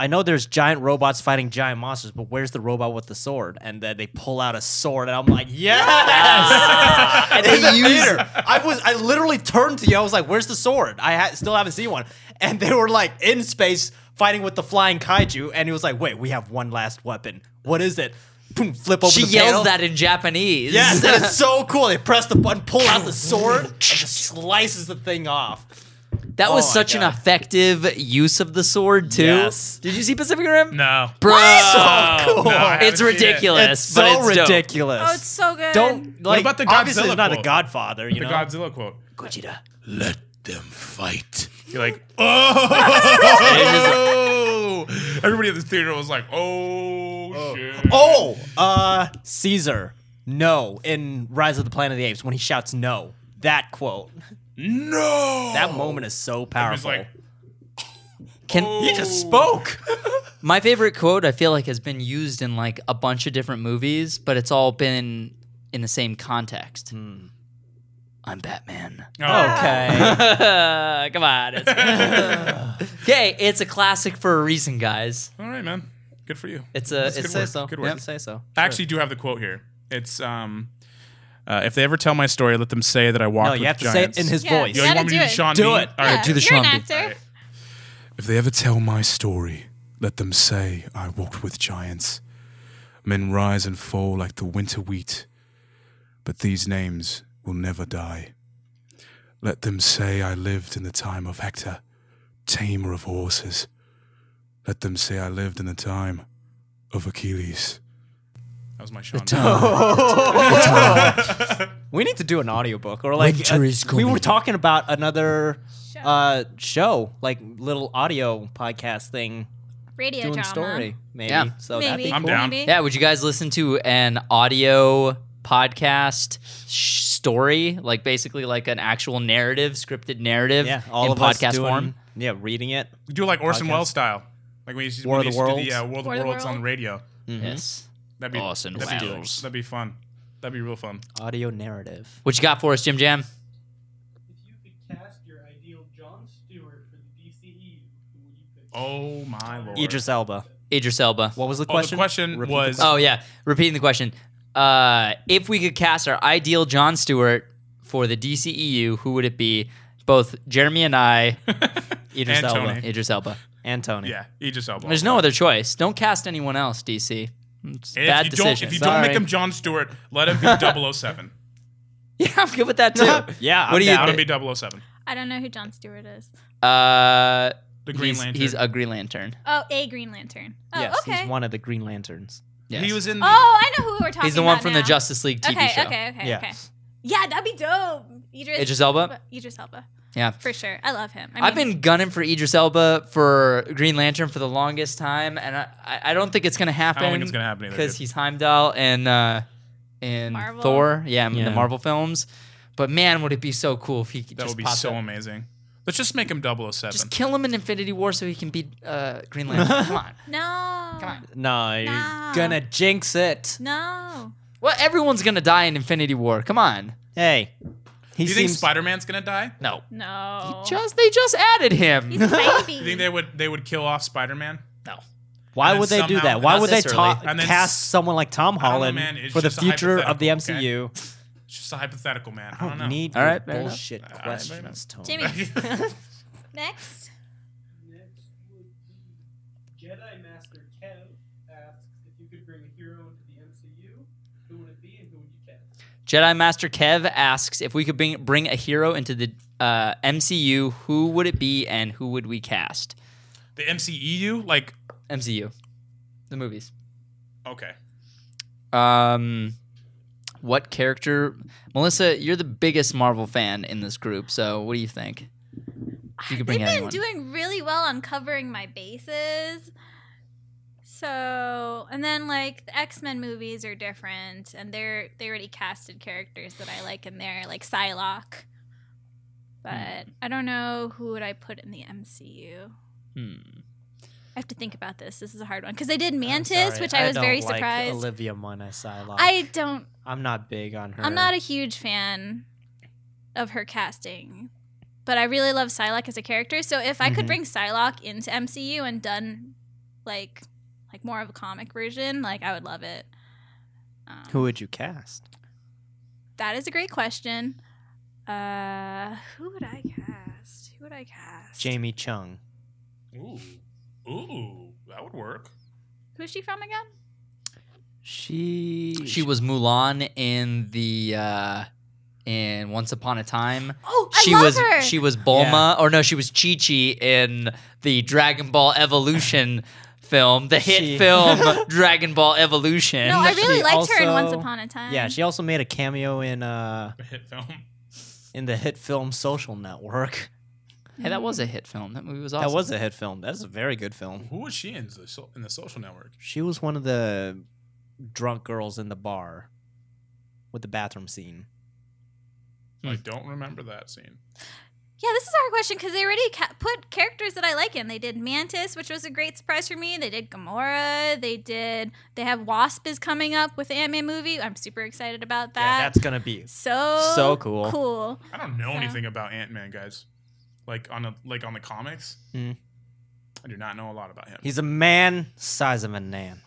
D: I know there's giant robots fighting giant monsters, but where's the robot with the sword? And then they pull out a sword, and I'm like, yes!
A: Ah, and
D: In the
A: they use-
D: theater, I was, I literally turned to you. I was like, "Where's the sword?" I ha- still haven't seen one, and they were like in space fighting with the flying kaiju, and he was like, "Wait, we have one last weapon. What is it?" Boom, flip open.
A: She
D: the
A: yells
D: panel.
A: that in Japanese.
D: Yes, and it's so cool. They press the button, pull out the sword, and just slices the thing off.
A: that was
D: Oh my
A: such an
D: God.
A: effective use of the sword too.
D: Yes.
A: Did you see Pacific Rim?
B: No.
A: Bro,
D: So cool.
B: no, I haven't
A: it's
B: seen it.
A: ridiculous.
D: It's
A: but
D: so
A: it's dope.
D: ridiculous.
C: oh, it's so good.
D: Don't like.
B: about the
D: obviously
B: Godzilla
D: it's not a
B: quote?
D: Godfather, you
B: The
D: know.
B: Godzilla quote.
D: Gojira.
B: Let them fight. You're like, oh. Everybody in the theater was like, oh, shit.
D: Oh, uh, Caesar. no in Rise of the Planet of the Apes when he shouts no. That quote,
B: No.
D: that moment is so
B: Oh. was
D: powerful.
B: like,
A: Can
D: he just spoke.
A: my favorite quote I feel like has been used in like a bunch of different movies, but it's all been in the same context. I'm Batman.
B: oh,
D: okay.
A: Come on. It's okay, it's a classic for a reason, guys.
B: All right, man. Good for you.
A: It's a
B: good
A: it's say
B: work.
A: so.
B: Good work.
A: Yeah, say so.
B: I actually do have the quote here. It's um, uh, if they ever tell my story, let them say that I walked
D: no,
B: with
D: you have to
B: giants.
D: say it in his
C: Yeah,
D: voice.
B: Yo,
C: Yeah.
B: you
C: Gotta
B: want me
C: do
B: to
C: it.
B: do Sean
D: Do
B: Bean?
D: it.
B: All right.
A: do the
C: you're an
A: Sean Bean.
C: actor.
B: If they ever tell my story, let them say I walked with giants. Men rise and fall like the winter wheat, but these names will never die. Let them say I lived in the time of Hector, tamer of horses. Let them say I lived in the time of Achilles. That was my Sean.
D: We need to do an audiobook or like
A: Winter
D: uh,
A: is
D: we were
A: coming.
D: talking about another
C: Show.
D: uh show, like little audio podcast thing
C: Radio
D: doing
C: drama.
D: story maybe.
A: Yeah.
D: So that'd
C: Maybe.
D: be
B: I'm
D: cool.
B: down.
C: Maybe.
A: Yeah, would you guys listen to an audio podcast sh- story, like basically like an actual narrative, scripted narrative
D: Yeah, all
A: in
D: of us
A: podcast
D: doing-
A: form?
D: Yeah, reading it.
B: Do like Orson
D: Podcast.
B: Welles style, like when you used, to-
D: War
B: when
D: of
B: they
D: the
B: used to do the
D: Worlds.
B: uh, World
C: War
B: of
C: of
B: the
C: the
B: Worlds on
C: World.
B: radio.
A: Yes.
B: That'd be
A: Orson
B: that'd be,
A: Welles.
B: that'd be fun. That'd be real fun.
D: Audio narrative.
A: What you got for us, Jim Jam?
E: If you could cast your ideal John Stewart for the DCEU, who would you
B: Oh
E: pick?
B: my lord!
D: Idris Elba.
A: Idris Elba.
D: What was the
B: Oh,
D: question?
B: the question
D: Repeat the
B: was
A: Oh yeah, repeating the question. Uh, if we could cast our ideal John Stewart for the DCEU, who would it be? Both Jeremy and I,
D: Idris
B: and
D: Elba.
B: Tony.
A: Idris Elba.
D: and Tony.
B: yeah, Idris Elba.
A: There's no other choice. Don't cast anyone else, DC. It's
B: And
A: bad
B: if you
A: decision.
B: Don't, if you
D: Sorry.
B: don't make him John Stewart, let him be 007.
A: yeah, I'm good with that too.
D: Yeah, I'm
A: What do you
D: down.
B: Let him be 007.
C: I don't know who John Stewart is.
A: Uh,
B: The Green
A: he's,
B: Lantern.
A: He's a Green Lantern.
C: Oh, a Green Lantern. Oh,
D: yes,
C: okay.
D: he's one of the Green Lanterns.
A: Yes.
B: He was in. The,
C: Oh, I know who we're talking about.
A: He's the one from the
C: now.
A: Justice League TV
C: okay,
A: show.
C: Okay, okay,
D: Yeah.
C: okay. Yeah, that'd be dope. Idris,
A: Idris Elba?
C: Idris Elba,
A: Yeah.
C: for sure. I love him. I mean,
A: I've been gunning for Idris Elba for Green Lantern for the longest time, and I, I I don't think it's gonna happen.
B: think it's gonna happen either,
A: because
B: dude.
A: he's Heimdall and uh, and
C: Marvel.
A: Thor, yeah, in
D: Yeah.
A: the Marvel films. But man, would it be so cool if he could
B: that
A: just
B: would be
A: pop
B: so
A: up.
B: amazing. Let's just make him 007.
A: Just kill him in Infinity War so he can beat uh, Green Lantern. Come on.
C: No.
A: Come on.
D: No, you're
C: Nah.
D: gonna jinx it.
C: No.
A: Well, everyone's gonna die in Infinity War. Come on.
D: Hey, he
B: Do you think
D: seems.
B: Spider Man's gonna die?
A: No.
C: No.
A: Just they just added him.
C: He's a baby.
B: You think they would they would kill off Spider Man?
A: no.
D: why
B: and
D: would
B: then
D: they do
B: somehow-
D: that? Why
A: not
D: would they
A: this
D: ta-
A: early.
B: And then
D: cast
B: s-
D: someone like Tom
B: know,
D: Holland
B: man, it's
D: for the
B: just a
D: future of the
B: hypothetical, okay?
D: MCU?
B: It's just a hypothetical, man. I
D: I
B: don't,
D: don't
B: know.
D: need
A: All
D: your
A: right, fair enough.
D: bullshit
B: All right, fair
D: questions, Tony.
C: Jimmy. Next.
E: Next would be Jedi Master Kev asks if you could bring a hero into the MCU, who would it be and who would you cast?
A: Jedi Master Kev asks if we could bring bring a hero into the uh, MCU. Who would it be, and who would we cast?
B: The MCEU, E like
A: MCU, the movies.
B: okay.
A: Um, what character, Melissa? You're the biggest Marvel fan in this group, so what do you think? If You could bring
C: They've been
A: anyone.
C: doing really well on covering my bases. So, and then like the X Men movies are different, and they're they already casted characters that I like in there, like Psylocke.
A: Hmm.
C: But I don't know who would I put in the MCU.
A: Hmm.
C: I have to think about this. This is a hard one because they did
D: I'm
C: Mantis,
D: sorry,
C: which I was
D: don't
C: very
D: like
C: surprised.
D: Olivia Munn as Psylocke.
C: I don't.
D: I'm not big on her.
C: I'm not a huge fan of her casting, but I really love Psylocke as a character. So if I could
D: Mhm.
C: bring Psylocke into MCU and done like like more of a comic version, like I would love it. Um,
D: Who would you cast?
C: That is a great question. Uh, who would I cast? Who would I cast?
D: Jamie Chung.
B: Ooh, ooh, that would work.
C: Who's she from again?
D: She.
A: She was Mulan in the uh, in Once Upon a Time.
C: Oh,
A: She
C: I love
A: was
C: her.
A: she was Bulma, or no, she was Chi Chi in the Dragon Ball Evolution film, the hit
D: She-
A: film Dragon Ball Evolution.
C: no, I really
D: she
C: liked her in Once
D: also-
C: Upon a Time.
D: Yeah, she also made a cameo in uh
B: A hit film.
D: in the hit film Social Network.
A: Hey, that was a hit film. That movie was awesome.
D: That was a hit film. That's a very good film.
B: Who was she in the so- in the Social Network?
D: She was one of the drunk girls in the bar. with the bathroom scene.
A: Hmm.
B: I don't remember that scene.
C: Yeah, this is our question because they already ca- put characters that I like in. They did Mantis, which was a great surprise for me. They did Gamora. They did. They have Wasp is coming up with the Ant Man movie. I'm super excited about that.
D: yeah, that's gonna be
C: so
D: so cool.
C: Cool.
B: I don't know
C: So-
B: anything about Ant Man, guys. Like on a like on the comics,
A: Hmm.
D: Mm.
B: I do not know a lot about him.
D: He's a man size of an ant.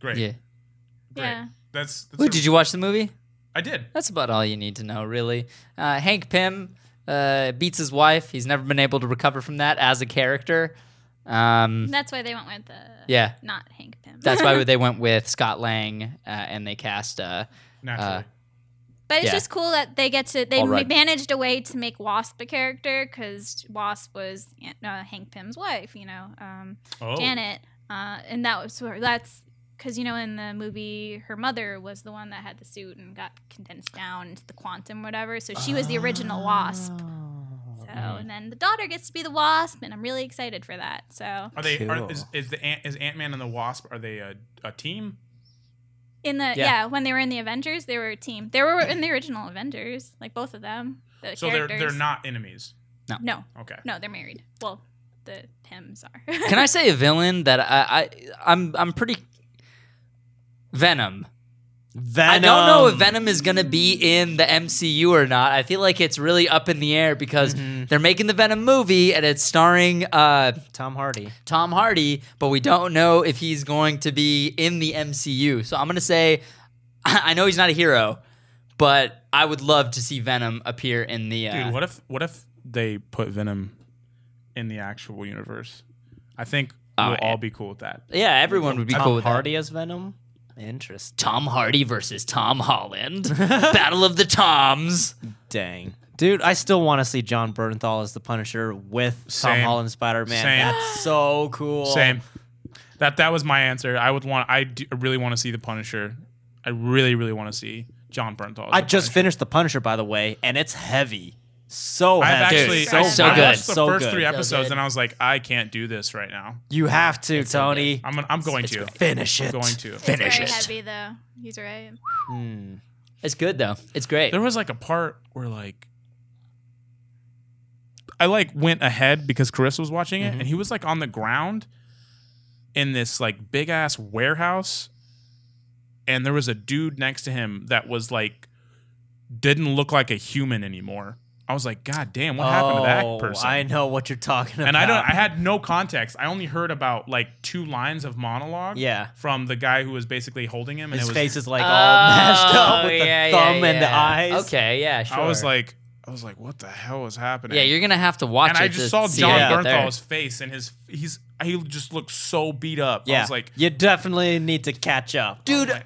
B: Great,
A: Yeah.
B: great.
C: Yeah.
B: That's, that's
A: Ooh,
B: a-
A: did you watch the movie?
B: I did.
A: That's about all you need to know, really. Uh, Hank Pym uh, beats his wife. He's never been able to recover from that as a character. Um,
C: That's why they went with the
A: yeah,
C: not Hank Pym.
A: that's why they went with Scott Lang uh, and they cast. Uh,
B: Naturally,
A: Uh,
C: But it's
A: Yeah.
C: just cool that they get to they
A: All right.
C: managed a way to make Wasp a character because Wasp was uh, Hank Pym's wife, you know, um,
B: oh,
C: Janet, uh, and that was where that's because you know in the movie her mother was the one that had the suit and got condensed down into the quantum whatever, so she was the original
B: Ah.
C: Wasp.
B: Oh.
C: So and then the daughter gets to be the Wasp, and I'm really excited for that. So
B: are they? Are,
D: Cool.
B: is, is the Ant is Ant Man and the Wasp? Are they a, a team?
C: in the yeah.
A: Yeah.
C: when they were in the Avengers, they were a team. They were in the original Avengers, like both of them. The
B: So
C: characters.
B: they're they're not enemies.
C: no.
B: Okay.
C: No, they're married. Well, the Pims are.
A: can I say a villain that I, I I'm I'm pretty Venom.
D: Venom.
A: I don't know
D: um,
A: if Venom is going to be in the MCU or not. I feel like it's really up in the air because they're making the Venom movie and it's starring uh,
D: Tom Hardy.
A: Tom Hardy, but we don't know if he's going to be in the MCU. So I'm going to say I know he's not a hero, but I would love to see Venom appear in the uh,
B: Dude, what if what if they put Venom in the actual universe? I think
A: Oh,
B: we'll all
A: it-
B: be cool with that.
A: Yeah, everyone would be
D: Tom
A: cool with that.
D: Hardy as Venom. Interesting.
A: Tom Hardy versus Tom Holland. Battle of the Toms.
D: Dang. Dude, I still want to see John Bernthal as the Punisher with
B: Same.
D: Tom Holland Spider Man.
B: Same.
D: That's so cool.
B: Same. That that was my answer. I would want. I, do, I really want to see the Punisher. I really really want to see John Bernthal. as
D: I
B: the
D: just
B: Punisher.
D: finished The Punisher, by the way, and it's heavy. So
B: I've
D: heavy.
B: actually
A: Dude,
B: I,
D: so,
A: so
B: I
D: good.
B: watched the
D: so
B: first
D: good.
B: three episodes
A: good.
B: and I was like, I can't do this right now.
D: You have to, Tony.
B: I'm gonna- I'm going
A: it's
B: to
A: great.
D: Finish
B: I'm
D: it.
B: going to.
C: It's
A: Finish
C: very
A: it.
C: heavy though. He's right.
D: Hmm.
A: It's good though. It's great.
B: There was like a part where like I like went ahead because Chris was watching it
D: Mm-hmm.
B: and he was like on the ground in this like big ass warehouse and there was a dude next to him that was like didn't look like a human anymore. I was like, God damn, what happened to
D: Oh,
B: that person?
D: I know what you're talking about.
B: and I don't I had no context. I only heard about like two lines of monologue
D: Yeah.
B: from the guy who was basically holding him and
D: His
B: it was
D: face is
A: Oh,
D: like all mashed up with the thumb and the eyes.
A: Okay, yeah, sure.
B: I was like I was like, what the hell is happening?
A: yeah, you're gonna have to watch
B: and
A: it.
B: I just
A: to
B: saw
A: see
B: John
A: it get there.
B: Bernthal's face, and his he's he just looked so beat up.
D: Yeah.
B: I was like,
D: you definitely need to catch up.
B: Oh
A: dude.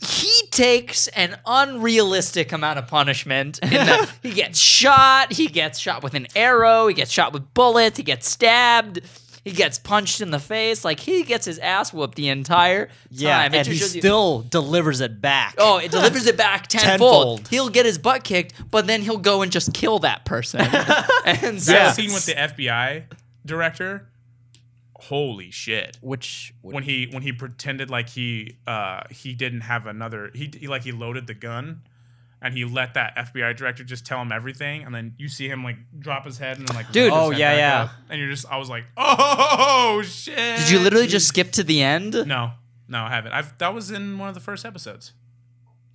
A: He takes an unrealistic amount of punishment. In that he gets shot. He gets shot with an arrow. He gets shot with bullets. He gets stabbed. He gets punched in the face. Like he gets his ass whooped the entire time.
D: Yeah,
A: It
D: and
A: just
D: he
A: shows you-
D: still delivers it back.
A: Oh, it delivers it back tenfold.
D: Tenfold.
A: He'll get his butt kicked, but then he'll go and just kill that person. and so,
B: that
D: Yeah.
B: scene with the FBI director. Holy shit!
D: which
B: When he when he pretended like he uh he didn't have another he, he like he loaded the gun. And he let that FBI director just tell him everything, and then you see him like drop his head and then, like
A: Dude.
B: lift his
D: Oh,
B: head
D: yeah,
B: back
D: yeah.
B: up. and you're just I was like oh shit
A: did you literally just skip to the end?
B: No, no, I haven't. I've that was in one of the first episodes,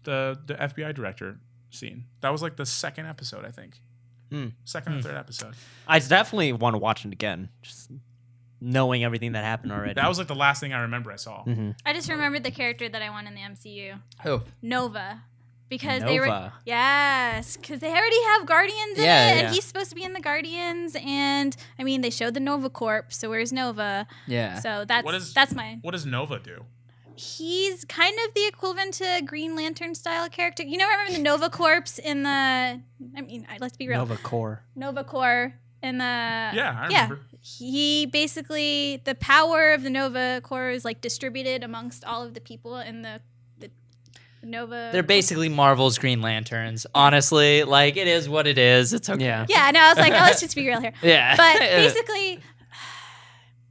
B: the the FBI director scene. That was like the second episode, I think.
D: Hmm.
B: Second or third episode.
D: I definitely want to watch it again, just knowing everything that happened already.
B: That was like the last thing I remember I saw.
D: Mhm.
C: I just remembered the character that I want in the MCU,
A: Oh,
C: Nova, because they were
D: Nova.
C: yes, because they already have Guardians in
A: Yeah,
C: it,
A: yeah.
C: and he's supposed to be in the Guardians, and I mean they showed the Nova Corp, so where's Nova?
A: yeah.
C: So that's
B: What is-
C: that's mine.
B: What does Nova do?
C: He's kind of the equivalent to Green Lantern style character. You know, remember the Nova Corps in the? I mean, I- let's be real.
D: Nova Core.
C: Nova Corps in the
B: yeah, I
C: Uh, yeah.
B: remember.
C: he basically the power of the Nova Corps is like distributed amongst all of the people in the the Nova.
A: They're basically Marvel's Green Lanterns. Honestly, like it is what it is. It's okay.
D: Yeah.
C: Yeah, no, I was like, oh, let's just be real here.
A: Yeah.
C: But basically,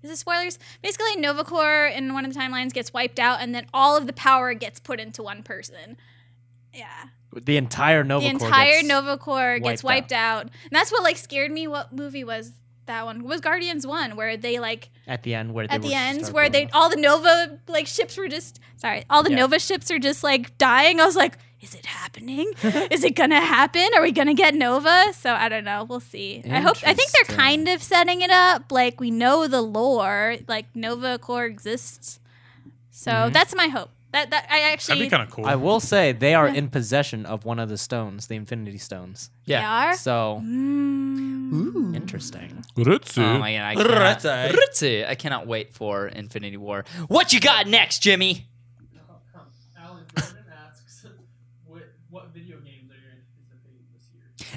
C: is this spoilers? Basically, Nova Corps in one of the timelines gets wiped out, and then all of the power gets put into one person. yeah.
D: The entire Nova
C: the entire
D: gets-
C: Nova Corps gets
D: wiped
C: wiped out. and that's what like scared me. What movie was that one? was Guardians One, where they like
D: at the end where they
C: at
D: were
C: the end
D: start
C: where
D: blowing
C: they
D: up.
C: all the Nova like ships were just sorry, all the
D: Yeah.
C: Nova ships are just like dying. I was like, is it happening? is it gonna happen? Are we gonna get Nova? So I don't know. We'll see. I hope. I think they're
D: Interesting.
C: kind of setting it up. Like we know the lore. Like Nova Corps exists. So
A: Mm-hmm.
C: that's my hope. That that I actually
B: That'd be kind of cool.
D: I will say they are
C: Yeah.
D: in possession of one of the stones, the Infinity Stones.
C: they
A: Yeah.
C: are.
D: So
C: Mm.
D: interesting.
B: Ritsu.
A: Oh my god! I cannot, Ritzy. I cannot wait for Infinity War. What you got next, Jimmy?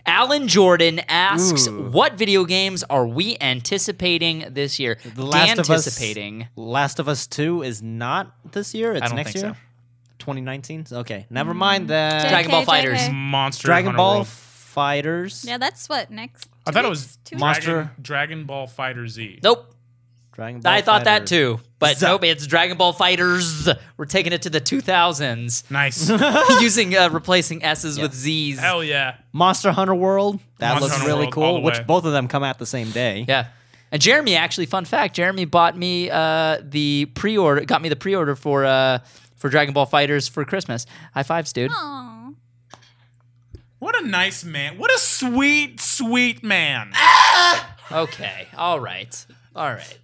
E: Alan Jordan asks, what, what video games
A: Alan Jordan asks, "What video games are
D: Ooh.
E: are you anticipating this year?
A: we anticipating this year?"
D: The Last of Us-
A: anticipating.
D: Last of Us Two is not this year. It's
A: don't
D: next
A: think
D: year.
A: so.
D: 2019. Okay, never mind that.
C: Jack-
A: Dragon Ball
C: JK.
A: Fighters.
B: Monster
D: Dragon
B: Hunter
D: Ball
B: World.
D: Fighters.
C: Yeah, that's what next.
B: I thought it was
C: two
D: Mon-
C: weeks.
B: Dragon,
D: Monster-
B: Dragon Ball Fighter Z.
A: Nope,
D: Dragon Ball.
A: I thought that
D: Fighters.
A: too, but
D: Zup.
A: nope. It's Dragon Ball Fighters. We're taking it to the 2000s,
B: Nice.
A: using uh, replacing S's with Z's.
B: Hell yeah.
D: Monster Hunter World. That
B: Monster
D: looks
B: Hunter
D: really
B: World, all
D: cool.
B: the
D: Which
B: way.
D: both of them come out the same day.
A: Yeah. And Jeremy, actually, fun fact: Jeremy bought me uh, the pre-order, got me the pre-order for uh, for Dragon Ball Fighters for Christmas. High fives, dude.
C: Aw.
B: What a nice man. What a sweet, sweet man.
D: Uh,
A: Okay, all right, all right.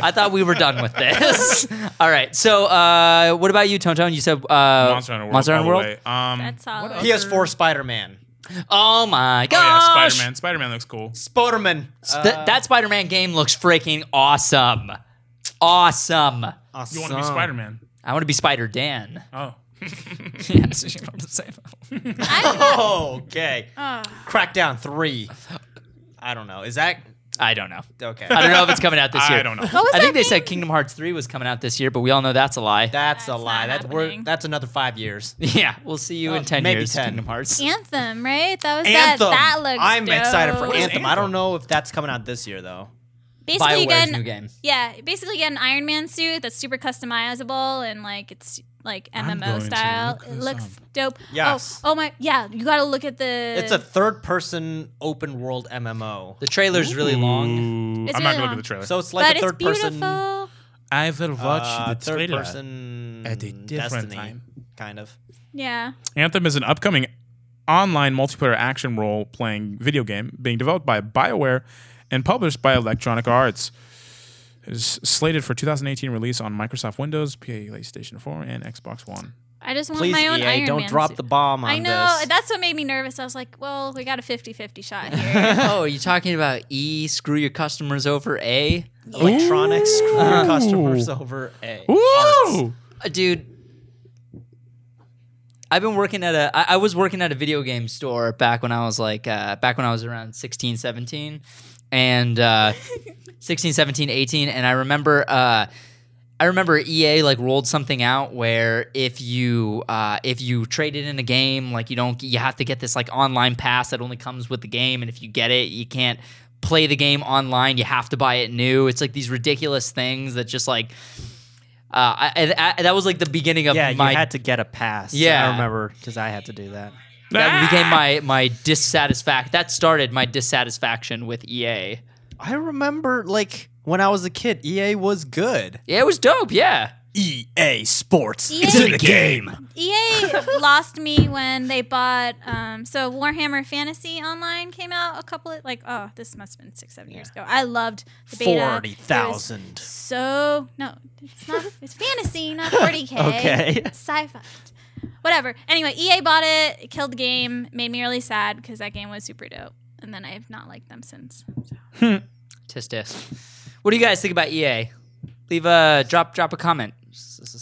A: I thought we were done with this. all right. So, uh, what about you, Tone Tone? You said uh,
B: Monster Hunter World. all the way. Um,
C: That's solid.
B: what other-
D: PS4 Spider Man.
A: Oh my
B: Oh, yeah,
A: gosh!
B: Spider Man. Spider Man looks cool.
D: Spider Man.
A: Th- that Spider-Man game looks freaking awesome. Awesome.
D: Uh,
B: You want to be Spider Man?
A: I want to be Spider Dan.
B: Oh.
A: yes, you know what I'm saying.
D: Oh, okay.
C: Ugh.
D: Crackdown three. I don't know. Is that
A: I don't know.
D: okay?
A: I don't know if it's coming out this year.
B: I don't know.
C: What was
A: I
C: that
A: think they
C: game?
A: said Kingdom Hearts 3 was coming out this year, but we all know that's a lie.
D: That's, a
C: That's
D: lie.
C: not
D: That's we're,
C: happening.
D: that's another five years.
A: yeah, we'll see you
D: Oh,
A: in 10
D: maybe
A: years.
D: 10.
A: Kingdom Hearts.
C: Anthem, right? That was
D: Anthem.
C: that. That looks.
D: I'm excited for
C: dope.
D: Anthem. I
B: Anthem?
D: don't know if that's coming out this year though.
C: Basically,
A: BioWare's
C: you get
A: new
C: an,
A: game.
C: yeah, basically you get an Iron Man suit that's super customizable and like it's like
B: I'm
C: MMO
B: going to
C: style.
B: look
C: It
B: this
C: looks
B: up.
C: dope.
D: Yes.
C: Oh, oh my, yeah. You got to look at the.
D: It's a third-person open-world MMO.
A: The trailer's really long.
B: Ooh,
C: It's
B: I'm not going to
C: really long.
B: the trailer.
D: So it's
C: but
D: like a uh,
C: it's
D: third-person,
C: beautiful.
B: I will watch
D: uh, third-person
B: at a different
D: Destiny,
B: time.
D: kind of.
C: Yeah.
B: Anthem is an upcoming online multiplayer action role playing video game being developed by BioWare and published by Electronic Arts. It is slated for 2018 release on Microsoft Windows, PlayStation 4, and Xbox One.
C: I just want
D: Please,
C: my own
D: EA,
C: Iron
D: don't
C: Man
D: drop
C: suit.
D: the bomb on
C: I know.
D: this.
C: That's what made me nervous. I was like, well, we got a 50 50 shot here.
A: oh, are you talking about E, screw your customers over A?
D: Electronics screw your customers over a.
B: Ooh!
A: Uh, dude i've been working at a I, I was working at a video game store back when i was like uh, back when i was around 16 17 and uh, 16 17 18 and i remember uh, I remember EA like rolled something out where if you uh, if you traded in a game, like you don't you have to get this like online pass that only comes with the game, and if you get it, you can't play the game online. You have to buy it new. It's like these ridiculous things that just like uh, I, I, I- that was like the beginning of
D: Yeah,
A: my
D: you had to get a pass.
A: Yeah.
D: I remember because I had to do that.
A: that became my my dissatisfaction. That started my dissatisfaction with E EA.
D: I remember like when I was a kid, EA was good.
A: Yeah, it was dope. Yeah,
B: E
D: EA Sports.
C: EA It's in
D: the game.
C: EA E lost me when they bought um so Warhammer Fantasy Online came out a couple of like oh this must have been six seven years ago. I loved the beta.
D: Forty thousand.
C: It was So no, it's not. It's fantasy, not forty k.
D: Okay.
C: Sci-fi. Whatever. Anyway, EA bought it, it killed the game, made me really sad because that game was super dope, and then I have not liked them since.
A: tis tis. What do you guys think about EA? Leave a drop drop a comment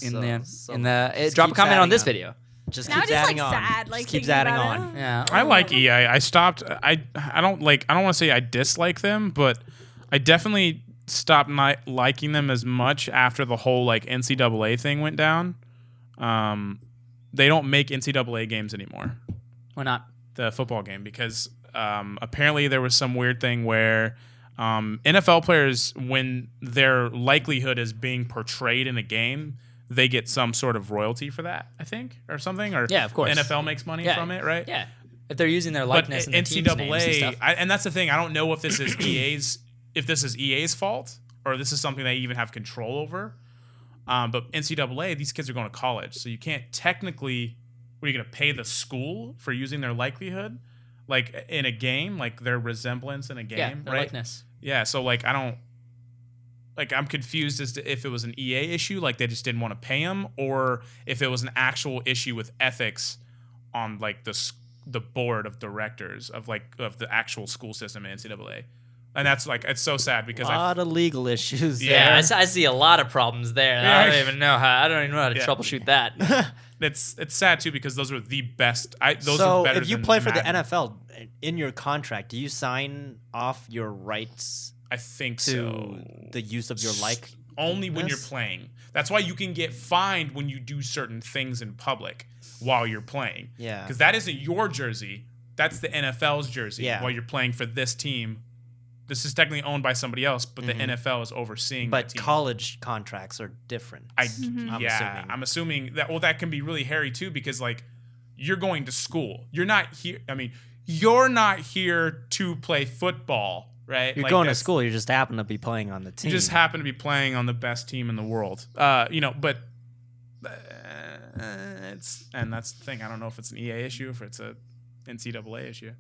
A: in the in the uh,
D: just
A: drop a
D: keeps
A: comment on
D: adding
A: this
D: up.
A: video.
D: just
C: Now
D: keeps
C: just
D: adding
C: like
D: on.
C: sad, like
D: just keeps
C: thinking
D: adding
C: about
D: on.
C: it.
A: Yeah,
B: I like EA. I stopped. I I don't like. I don't want to say I dislike them, but I definitely stopped not liking them as much after the whole like NCAA thing went down. Um, they don't make NCAA games anymore,
A: why not?
B: the football game, because um, apparently there was some weird thing where um, NFL players, when their likelihood is being portrayed in a game, they get some sort of royalty for that, I think, or something. Or
A: Yeah, of course.
B: NFL makes money
A: Yeah.
B: from it, right?
A: Yeah, if they're using their
B: But
A: likeness and the team's names and
B: NCAA,
A: stuff.
B: I, and that's the thing. I don't know if this is EA's, if this is EA's fault, or this is something they even have control over. Um, but NCAA, these kids are going to college, so you can't technically. What are you going to pay the school for using their likelihood, like in a game, like their resemblance in a game,
A: yeah, their
B: right?
A: likeness.
B: Yeah, so like I don't like I'm confused as to if it was an EA issue, like they just didn't want to pay him, or if it was an actual issue with ethics on like the s- the board of directors of like of the actual school system in NCAA, and that's like it's so sad
D: A
B: because I
D: lot of legal issues.
B: Yeah.
A: Yeah, I s- I, see a lot of problems there. I don't even know how. I don't even know how to
B: Yeah.
A: troubleshoot that.
B: it's it's sad too because those were the best. I those are
D: so
B: better.
D: if you
B: than
D: play for the
B: Madden.
D: NFL in your contract, do you sign off your rights
B: I think
D: to
B: so.
D: the use of your like?
B: only when you're
D: Yes.
B: playing. That's why you can get fined when you do certain things in public while you're playing.
D: Yeah.
B: Because that isn't your jersey. That's the NFL's jersey
D: Yeah.
B: while you're playing for this team. This is technically owned by somebody else, but
D: Mhm.
B: the NFL is overseeing. the
D: But
B: team.
D: college contracts are different.
B: I
C: Mhm.
D: I'm
B: yeah,
D: assuming.
B: I'm assuming that. Well, that can be really hairy too, because like you're going to school. You're not here. I mean, you're not here to play football, right?
D: you're
B: Like,
D: going to
B: that's-
D: school. You just happen to be playing on the team.
B: you just happen to be playing on the best team in the world. Uh, you know, but uh, it's and that's the thing. I don't know if it's an EA issue, if it's a NCAA issue.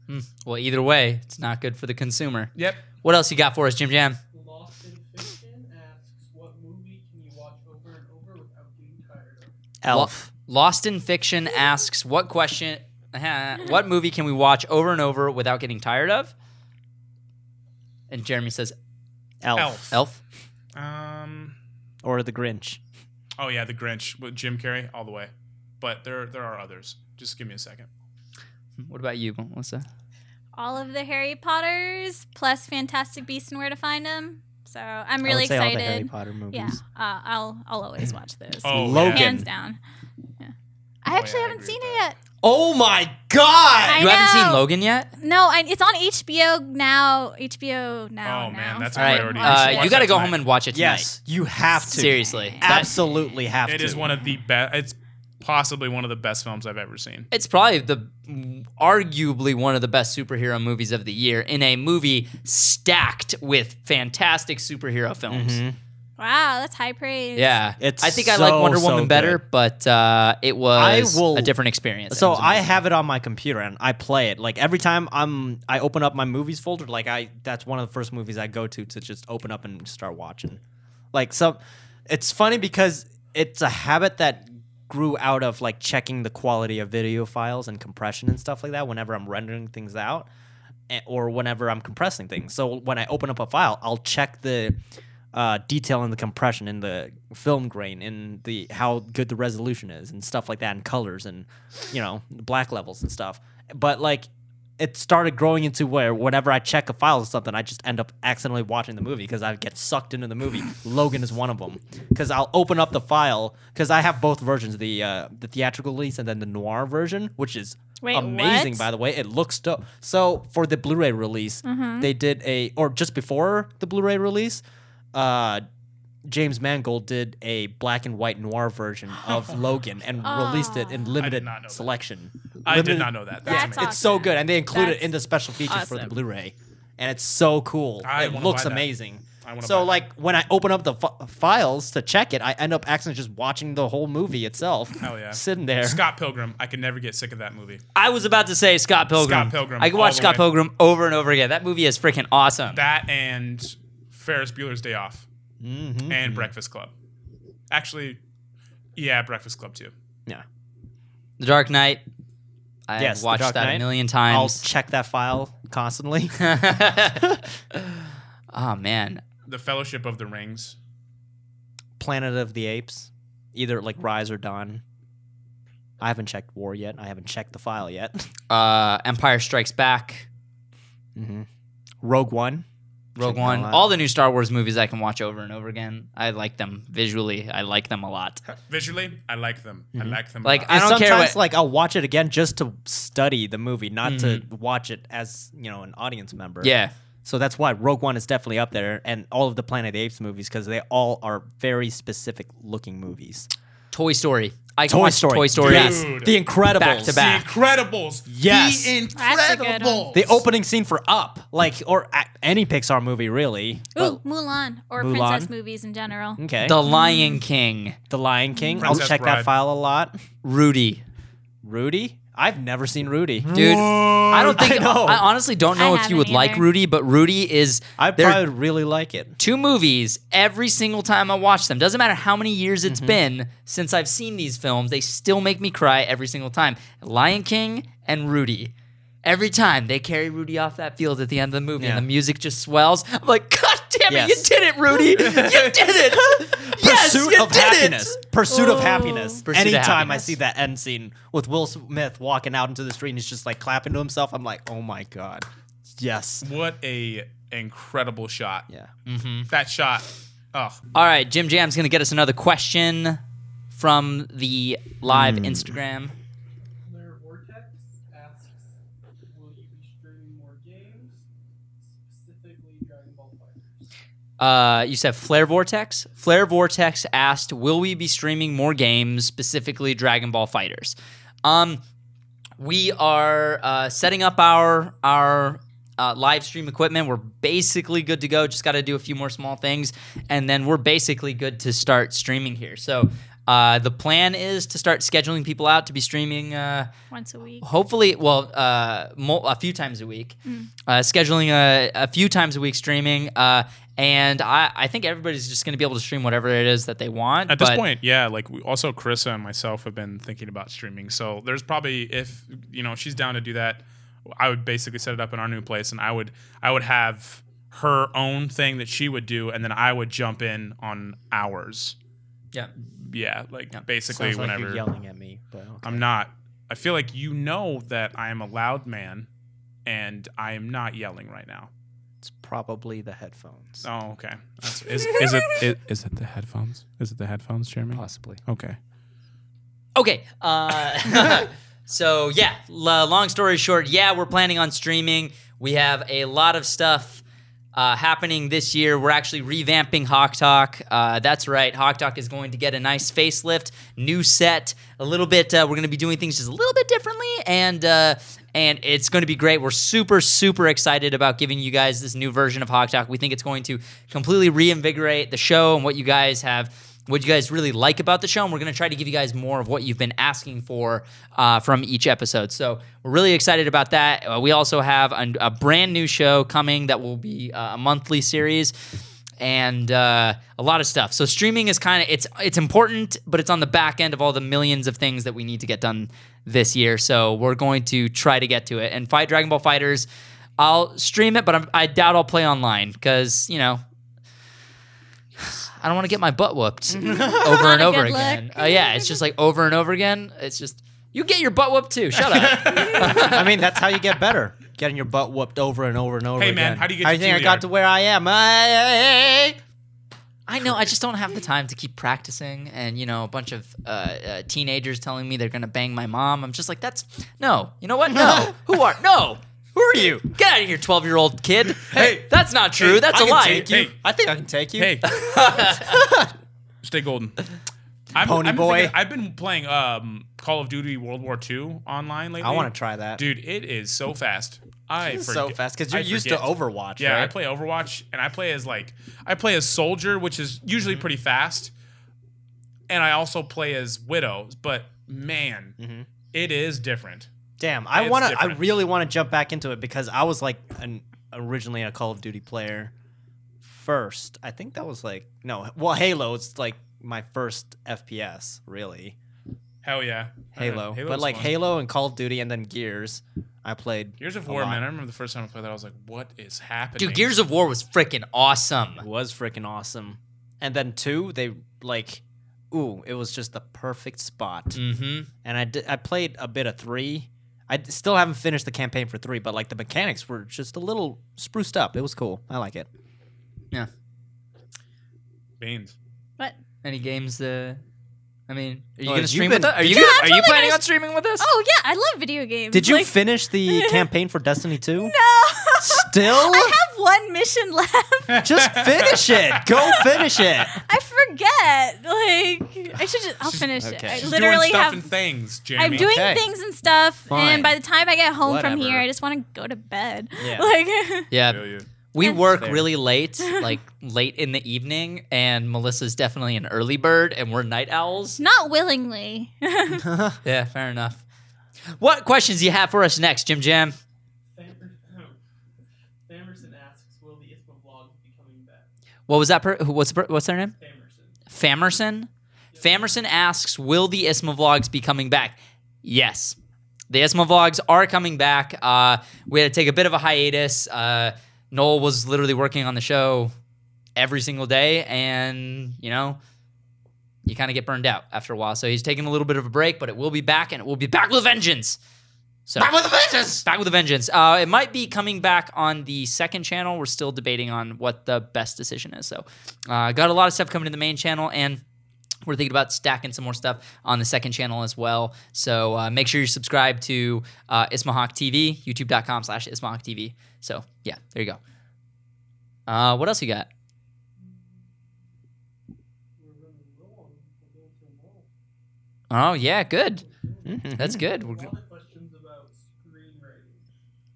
A: Well, either way, it's not good for the consumer.
B: Yep.
A: What else you got for us, Jim Jam?
E: Lost in Fiction asks, what movie can you watch over and over without getting tired of?
D: Elf.
A: Lo- Lost in Fiction asks what question? what movie can we watch over and over without getting tired of? And Jeremy says
D: Elf.
B: Elf.
A: Elf.
B: Um.
D: Or the Grinch.
B: Oh yeah, The Grinch with Jim Carrey all the way. But there there are others. Just give me a second.
A: What about you, Melissa?
C: all of the Harry Potters plus Fantastic Beasts and Where to Find Them. So I'm
D: I
C: really
D: would say all the Harry
C: excited.
D: Potter movies.
C: Yeah, uh, I'll I'll always watch those.
B: Oh,
D: Logan.
B: yeah.
C: hands down. Yeah. I
B: yeah,
C: actually
B: I
C: haven't
B: agree
C: seen
B: with
C: it yet.
D: Oh my God!
C: I
A: you haven't seen
C: know.
A: Logan yet.
C: No, I, it's on HBO now. HBO now.
B: Oh, man,
C: now.
B: that's
C: So
A: All
B: I
A: right,
B: already
C: watched
A: uh,
B: watched
A: you got to
B: that
A: go
B: tonight.
A: home and watch it tonight.
D: yes, you have to.
A: seriously. That-
D: Absolutely have
B: It
D: to.
B: is one of the best. It's possibly one of the best films I've ever seen.
A: It's probably the arguably one of the best superhero movies of the year in a movie stacked with fantastic superhero films.
D: Mhm.
C: wow, that's high praise.
A: Yeah,
D: It's
A: I think I like
D: so,
A: Wonder
D: so
A: Woman better,
D: good.
A: but uh, it was
D: will-
A: a different experience. It
D: So
A: was
D: I
A: amazing.
D: have it on my computer and I play it. Like every time I'm I open up my movies folder, like I that's one of the first movies I go to to just open up and start watching. Like some it's funny because it's a habit that grew out of like checking the quality of video files and compression and stuff like that whenever I'm rendering things out eh, or whenever I'm compressing things. So when I open up a file, I'll check the uh, detail in the compression, in the film grain, in the how good the resolution is, and stuff like that, and colors, and you know, black levels and stuff. But like, it started growing into where whenever I check a file or something, I just end up accidentally watching the movie because I get sucked into the movie. Logan is one of them because I'll open up the file because I have both versions the uh, the theatrical release and then the noir version, which is
C: Wait,
D: amazing
C: what?
D: by the way. It looks dope. So for the Blu-ray release,
C: Mm-hmm.
D: they did a or just before the Blu-ray release, uh, James Mangold did a black and white noir version of Logan and released it in limited
B: not know that.
D: selection.
B: I did
D: Limited-
B: not know that.
C: Oh. That's
B: That's, amazing.
C: awesome.
D: It's so good, and they included
C: That's
D: it in the special features for the
C: awesome.
D: Blu-ray, and it's so cool.
B: I
D: it
B: wanna
D: looks
B: buy that.
D: amazing.
B: I wanna
D: so
B: buy that.
D: like when I open up the f- files to check it, I end up accidentally just watching the whole movie itself.
B: Hell yeah.
D: sitting there.
B: Scott Pilgrim. I can never get sick of that movie.
A: I was about to say Scott Pilgrim.
B: Scott Pilgrim,
A: I could
B: all
A: watch
B: the
A: Scott
B: way.
A: Pilgrim over and over again. That movie is freaking awesome.
B: That and Ferris Bueller's Day Off
D: Mhm.
B: and Breakfast Club. Actually, yeah, Breakfast Club too.
D: Yeah.
A: the Dark Knight. I
D: Yes,
A: have
D: The
A: watched
D: Dark
A: that
D: Knight.
A: a million
D: I'll
A: times.
D: check that file constantly.
A: oh man,
B: The Fellowship of the Rings.
D: Planet of the Apes, either like Rise or Dawn. I haven't checked War yet. I haven't checked the file yet.
A: uh, Empire Strikes Back, Mm-hmm.
D: hmm Rogue One.
A: Rogue
D: Checking
A: One,
D: all out.
A: all the new Star Wars movies I can watch over and over again. I like them visually. I like them a lot.
B: Visually, I like them. I like them. a
A: Like,
B: lot.
A: I
D: And
A: don't care
D: sometimes,
A: what-
D: Mm-hmm. like I'll watch it again just to study the movie, not to watch it as you know an audience member.
A: Mm-hmm. Yeah,
D: So that's why Rogue One is definitely up there, and all of the Planet of the Apes movies because they all are very specific looking movies.
A: Toy Story. I can
D: Toy
A: watch
D: Story.
A: Toy Story.
D: Yes.
B: Dude.
D: The Incredibles.
A: Back to back.
B: The Incredibles.
D: Yes.
B: The
C: That's a good one.
B: Incredibles.
D: The opening scene for Up, like, or a- any Pixar movie, really.
C: Ooh, Mulan or
D: Mulan.
C: princess movies in general.
D: Okay.
A: The Lion King.
D: The Lion King. I'll
B: Princess
D: check that
B: Bride.
D: file a lot.
A: Rudy.
D: Rudy? I've never seen Rudy.
A: Dude, I don't think
D: I
A: I,
D: know.
A: honestly don't
C: I
A: know if you
C: haven't
A: would like
C: either.
A: Rudy, but Rudy is
D: I
A: there-
D: probably would really like it.
A: two movies every single time I watch them. Doesn't matter how many years
D: Mm-hmm.
A: it's been since I've seen these films, they still make me cry every single time. Lion King and Rudy. Every time they carry Rudy off that field at the end of the movie
D: Yeah.
A: and the music just swells. I'm like, God damn it,
D: Yes.
A: you did it, Rudy. you did it. yes,
D: Pursuit
A: you
D: of
A: did
D: happiness.
A: It.
D: Pursuit of happiness.
A: Pursuit of
D: Anytime I
A: happiness.
D: see that end scene with Will Smith walking out into the street and he's just like clapping to himself, I'm like, oh my god, yes,
B: What a incredible shot.
D: yeah.
B: That shot. Oh,
A: All right, Jim Jam's gonna get us another question from the live
D: Hmm.
A: Instagram.
E: Claire Vortex asks, will you be streaming more games, specifically Dragon Ball Fighters?
A: Uh, you said Flare Vortex. Flare Vortex asked, "Will we be streaming more games, specifically Dragon Ball Fighters?" Um, we are uh, setting up our our uh, live stream equipment. We're basically good to go. Just got to do a few more small things, and then we're basically good to start streaming here. So. Uh, the plan is to start scheduling people out to be streaming uh,
C: Once a week.
A: hopefully well uh, mo- a few times a week uh, scheduling a, a few times a week streaming uh, and I, I think everybody's just going to be able to stream whatever it is that they want
B: at this
A: but-
B: point, yeah. Like we, also, Carissa and myself have been thinking about streaming. So there's probably if you know she's down to do that, I would basically set it up in our new place, and I would I would have her own thing that she would do, and then I would jump in on ours.
A: yeah
B: Yeah, like
A: Yeah.
B: basically
D: Sounds like
B: whenever.
D: you're yelling at me, but okay.
B: I'm not. I feel like you know that I am a loud man, and I am not yelling right now.
D: it's probably the headphones,
B: Oh, okay. That's- Is, is it is, is it the headphones? Is it the headphones, Jeremy?
D: possibly.
B: Okay.
A: okay uh, so yeah l- long story short yeah we're planning on streaming we have a lot of stuff uh, happening this year. We're actually revamping Hawk Talk. Uh, that's right. Hawk Talk is going to get a nice facelift, new set, a little bit. Uh, we're going to be doing things just a little bit differently, and uh, and it's going to be great. We're super super excited about giving you guys this new version of Hawk Talk. We think it's going to completely reinvigorate the show and what you guys have. What you guys really like about the show, and we're going to try to give you guys more of what you've been asking for uh, from each episode. So we're really excited about that. Uh, we also have a, a brand new show coming that will be uh, a monthly series and uh, a lot of stuff. So streaming is kind of it's it's important, but it's on the back end of all the millions of things that we need to get done this year. So we're going to try to get to it and fight Dragon Ball Fighters. I'll stream it, but I'm, I doubt I'll play online because you know I don't want to get my butt whooped over and
C: a
A: over
C: good
A: again.
C: look.
A: Uh, yeah, it's just like over and over again. It's just you get your butt whooped too. Shut up.
D: I mean, that's how you get better. Getting your butt whooped over and over and over
B: Hey,
D: again.
B: man, how do you get
D: I
B: to
D: think I
B: Juilliard?
D: got to where I am. Hey, hey, hey.
A: I know. I just don't have the time to keep practicing, and you know, a bunch of uh, uh, teenagers telling me they're gonna bang my mom. I'm just like, that's no. You know what? No. Who are no?
D: Who are you?
A: Get out of here, twelve year old kid.
B: Hey.
A: that's not true.
B: Hey,
A: that's
D: I
A: a
D: can
A: lie.
D: take you.
B: Hey.
D: I think I can take you.
B: Hey, stay golden. I'm,
D: Pony
B: I'm
D: boy.
B: thinking- I've been playing um, Call of Duty World War II online lately.
D: I want to try that.
B: Dude, it is so fast. I
D: This is
B: forget-
D: so fast because you're
B: I
D: used
B: forget.
D: to Overwatch.
B: Yeah, I
D: right?
B: play Overwatch and I play as like I play as soldier, which is
D: Mm-hmm.
B: usually pretty fast, and I also play as widow. But man,
D: Mm-hmm.
B: it is different.
D: Damn, I
B: It's
D: want to. I
B: different.
D: really want to jump back into it because I was like an originally a Call of Duty player first. I think that was like no, well, Halo. It's like my first FPS, really.
B: Hell yeah,
D: Halo,
B: Halo's
D: but like
B: fun.
D: Halo and Call of Duty, and then Gears. I played.
B: Gears of
D: a
B: War,
D: lot.
B: man. I remember the first time I played that. I was like, "What is happening?"
A: Dude, Gears of War was freaking awesome.
D: It was freaking awesome. And then two, they like, ooh, it was just the perfect spot.
A: Mm-hmm.
D: and I did- I played a bit of three. I d- still haven't finished the campaign for three, but like the mechanics were just a little spruced up. It was cool. I like it.
A: Yeah.
B: Beans.
C: But
A: Any games? The I mean, are you
D: Oh,
A: gonna
D: you've
A: stream
D: been-
A: with us? Are you
D: Yeah,
A: gonna- are
C: I'm
A: you
C: totally
A: planning
C: gonna
A: on streaming with us?
C: oh yeah, I love video games.
D: Did you
C: Like,
D: finish the campaign for Destiny two?
C: no.
D: Still,
C: I have one mission left.
D: just finish it. Go finish it.
C: I forget. Like dude. I should just. I'll finish
D: okay.
C: it. I
B: She's
C: literally
B: doing stuff
C: have.
B: and things, Jamie.
C: I'm doing
D: Okay.
C: things and stuff,
D: Fine.
C: and by the time I get home from
D: Whatever.
C: here, I just want to go to bed.
D: Yeah.
C: Like,
A: Yeah,
B: Failure.
A: we
C: And-
A: work
D: Fair.
A: really late, like late in the evening, and Melissa's definitely an early bird, and we're night owls.
C: not willingly.
D: Mm-hmm.
A: Yeah, fair enough. What questions do you have for us next, Jim Jam?
E: Famerson asks, will the ISPA vlog be coming back?
A: What was that? Per- who- what's the per- what's their name? Famerson.
E: Famerson.
A: Famerson asks, "Will the ISMA vlogs be coming back?" Yes, the ISMA vlogs are coming back. Uh, we had to take a bit of a hiatus. Uh, Noel was literally working on the show every single day, and you know, you kind of get burned out after a while. So he's taking a little bit of a break, but it will be back, and it will be back with a vengeance. So back with a vengeance. Back with a vengeance. Uh, it might be coming back on the second channel. We're still debating on what the best decision is. So, uh, got a lot of stuff coming to the main channel, and we're thinking about stacking some more stuff on the second channel as well. So uh, make sure you subscribe to uh, Ismahawk TV, youtube.com slash Ismahawk TV. So yeah, there you go. Uh, what else you got? Oh yeah, good. That's good.
E: A
A: We're
E: lot
A: g-
E: of questions about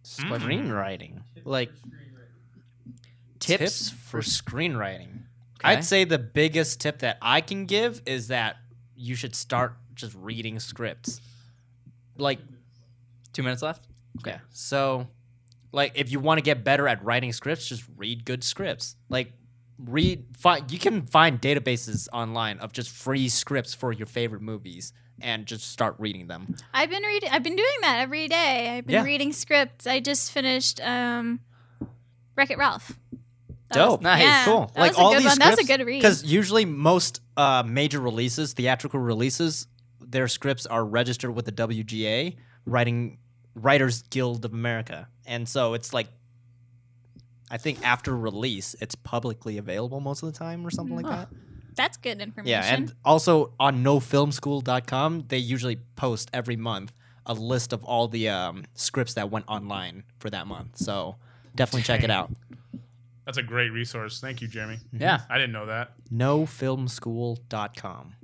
E: screenwriting.
D: Mm-hmm. Screenwriting.
E: Tips
D: Like
E: for screenwriting.
A: tips.
D: tips for screenwriting.
A: Okay.
D: I'd say the biggest tip that I can give is that you should start just reading scripts. Like
A: Two minutes left. Okay.
D: Yeah. So, like, if you want to get better at writing scripts, just read good scripts. Like, read. Find you can find databases online of just free scripts for your favorite movies, and just start reading them.
C: I've been reading. I've been doing that every day. I've been
D: Yeah.
C: reading scripts. I just finished um, Wreck It Ralph. That was-
D: Dope.
A: Nice.
C: yeah,
D: cool.
C: That
D: like
C: was a
D: all
C: good
D: these
C: one.
D: scripts.
C: That was a good read.
D: Because usually most uh, major releases, theatrical releases, their scripts are registered with the WGA, Writing Writers Guild of America, and so it's like. I think after release, it's publicly available most of the time, or something like
A: Huh.
D: that.
C: That's good Hmm. information.
D: Yeah, and also on nofilmschool.com, they usually post every month a list of all the um, scripts that went online for that month. So definitely check it
B: Dang.
D: out.
B: That's a great resource. Thank you, Jamie.
A: Yeah.
B: I didn't know that.
D: Nofilmschool.com.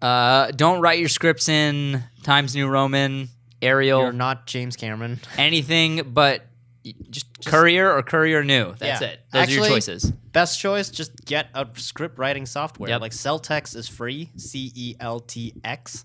A: Uh, don't write your scripts in Times New Roman, Arial,
D: You're not James Cameron.
A: anything but y- just, Courier or Courier New. That's
D: Yeah.
A: it. Those are
D: Actually-
A: your choices.
D: Best choice, just get a script writing software.
A: Yep.
D: Like Celtex is free, C E L T X.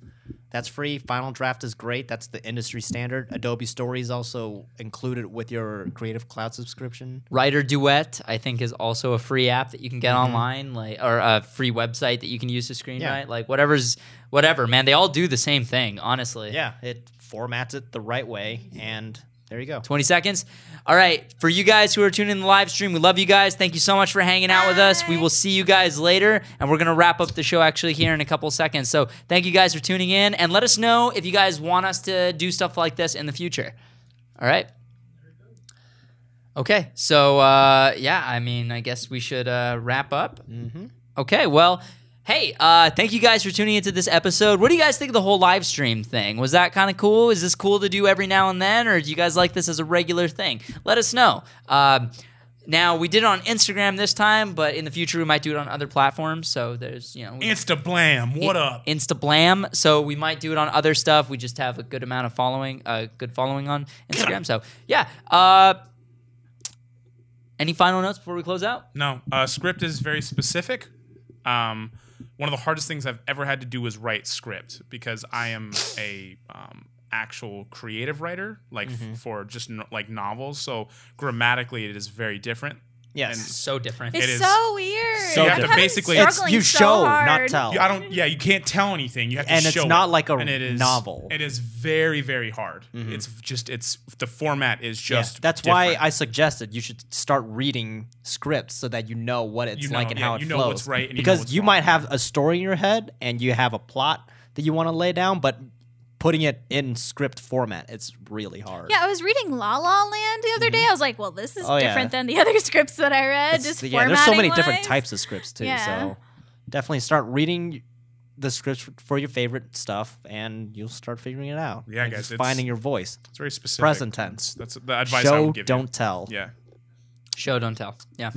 D: That's free. Final Draft is great. That's the industry standard. Adobe Story is also included with your Creative Cloud subscription.
A: Writer Duet, I think, is also a free app that you can get online, like or a free website that you can use to screenwrite.
D: Mm-hmm. Yeah.
A: Like whatever's whatever, man. They all do the same thing, honestly.
D: Yeah, it formats it the right way, and there you go.
A: 20 seconds. All right. For you guys who are tuning in the live stream, we love you guys. Thank you so much for hanging out with us. We will see you guys later. And we're going to wrap up the show actually here in a couple seconds. So thank you guys for tuning in. And let us know if you guys want us to do stuff like this in the future. All right. Okay. So, uh, yeah, I mean, I guess we should uh, wrap up. Okay, well, hey, uh, thank you guys for tuning into this episode. What do you guys think of the whole live stream thing? Was that kind of cool? Is this cool to do every now and then, or do you guys like this as a regular thing? Let us know. Um, now we did it on Instagram this time, but in the future we might do it on other platforms. So there's, you know, we-
B: Insta blam. What up?
A: Insta blam. So we might do it on other stuff. We just have a good amount of following, a good following on Instagram. So yeah. Uh, any final notes before we close out?
B: No, uh, script is very specific. Um, one of the hardest things I've ever had to do was write script because I am a um, actual creative writer, like f-
C: Mm-hmm.
B: for just no- like novels. So grammatically, it is very different.
D: Yes.
A: So different.
C: it's
B: it is
C: so weird.
B: so You have to
C: Everyone's
B: basically-
D: It's
C: struggling
D: you
C: so
D: show, not
C: hard.
D: tell.
B: You- I don't. Yeah, you can't tell anything. You have to
D: Oh. And it's
B: show.
D: not
B: it.
D: like a
B: And it is,
D: novel. Mm-hmm.
B: It is very very hard. It's just it's the format is
D: Yeah,
B: just.
D: That's
B: different.
D: why I suggested you should start reading scripts so that you know what it's
B: You know,
D: like and
B: yeah,
D: how it
B: you know
D: flows.
B: what's right and you know
D: because
B: what's
D: you
B: wrong.
D: might have a story in your head and you have a plot that you want to lay down, but putting it in script format, it's really hard.
C: Yeah, I was reading La La Land the other day. I was like, well, this is
D: Mm-hmm. Oh, yeah.
C: different than the other scripts that I read.
D: It's-
C: just
D: yeah, there's so many
C: formatting-wise.
D: different types of scripts too.
C: Yeah.
D: So definitely start reading the scripts for your favorite stuff, and you'll start figuring it out.
B: Yeah,
D: And
B: guys,
D: just
B: it's-
D: finding your voice.
B: it's very specific.
D: Present tense.
B: That's the advice I
D: Show,
B: would give.
D: don't tell.
B: You. Yeah.
A: Show, don't tell. Yeah.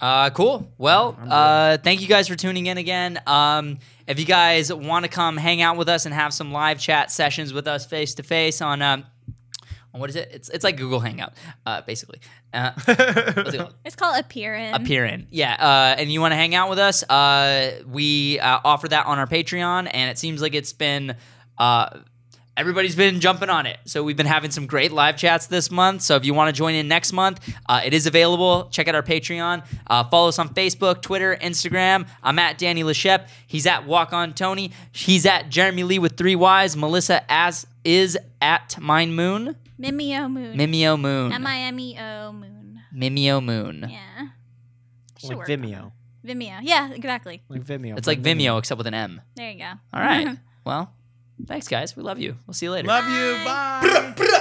A: Uh, cool. Well,
B: I'm good.
A: uh, thank you guys for tuning in again. Um, if you guys want to come hang out with us and have some live chat sessions with us face to face on um, on what is it? It's it's like Google Hangout, uh, basically. Uh, what's it called?
C: It's called appearance.
A: appear in. Yeah, uh, and you want to hang out with us, uh, we uh, offer that on our Patreon, and it seems like it's been. Uh, Everybody's been jumping on it. So, we've been having some great live chats this month. So, if you want to join in next month, uh, it is available. Check out our Patreon. Uh, follow us on Facebook, Twitter, Instagram. I'm at Danny Lachep. He's at Walk On Tony. He's at Jeremy Lee with three Ys. Melissa as is at Mine Moon.
C: Mimeo Moon.
A: Mimeo Moon.
C: M I M E O Moon.
A: Mimeo Moon.
C: Yeah. Should
D: like
C: work on
D: Vimeo.
C: it. Vimeo. Yeah, exactly.
D: Like Vimeo.
A: It's like Vimeo, except with an M.
C: There you go.
A: All right. well, thanks, guys. We love you. We'll see you later.
B: Love you. Bye.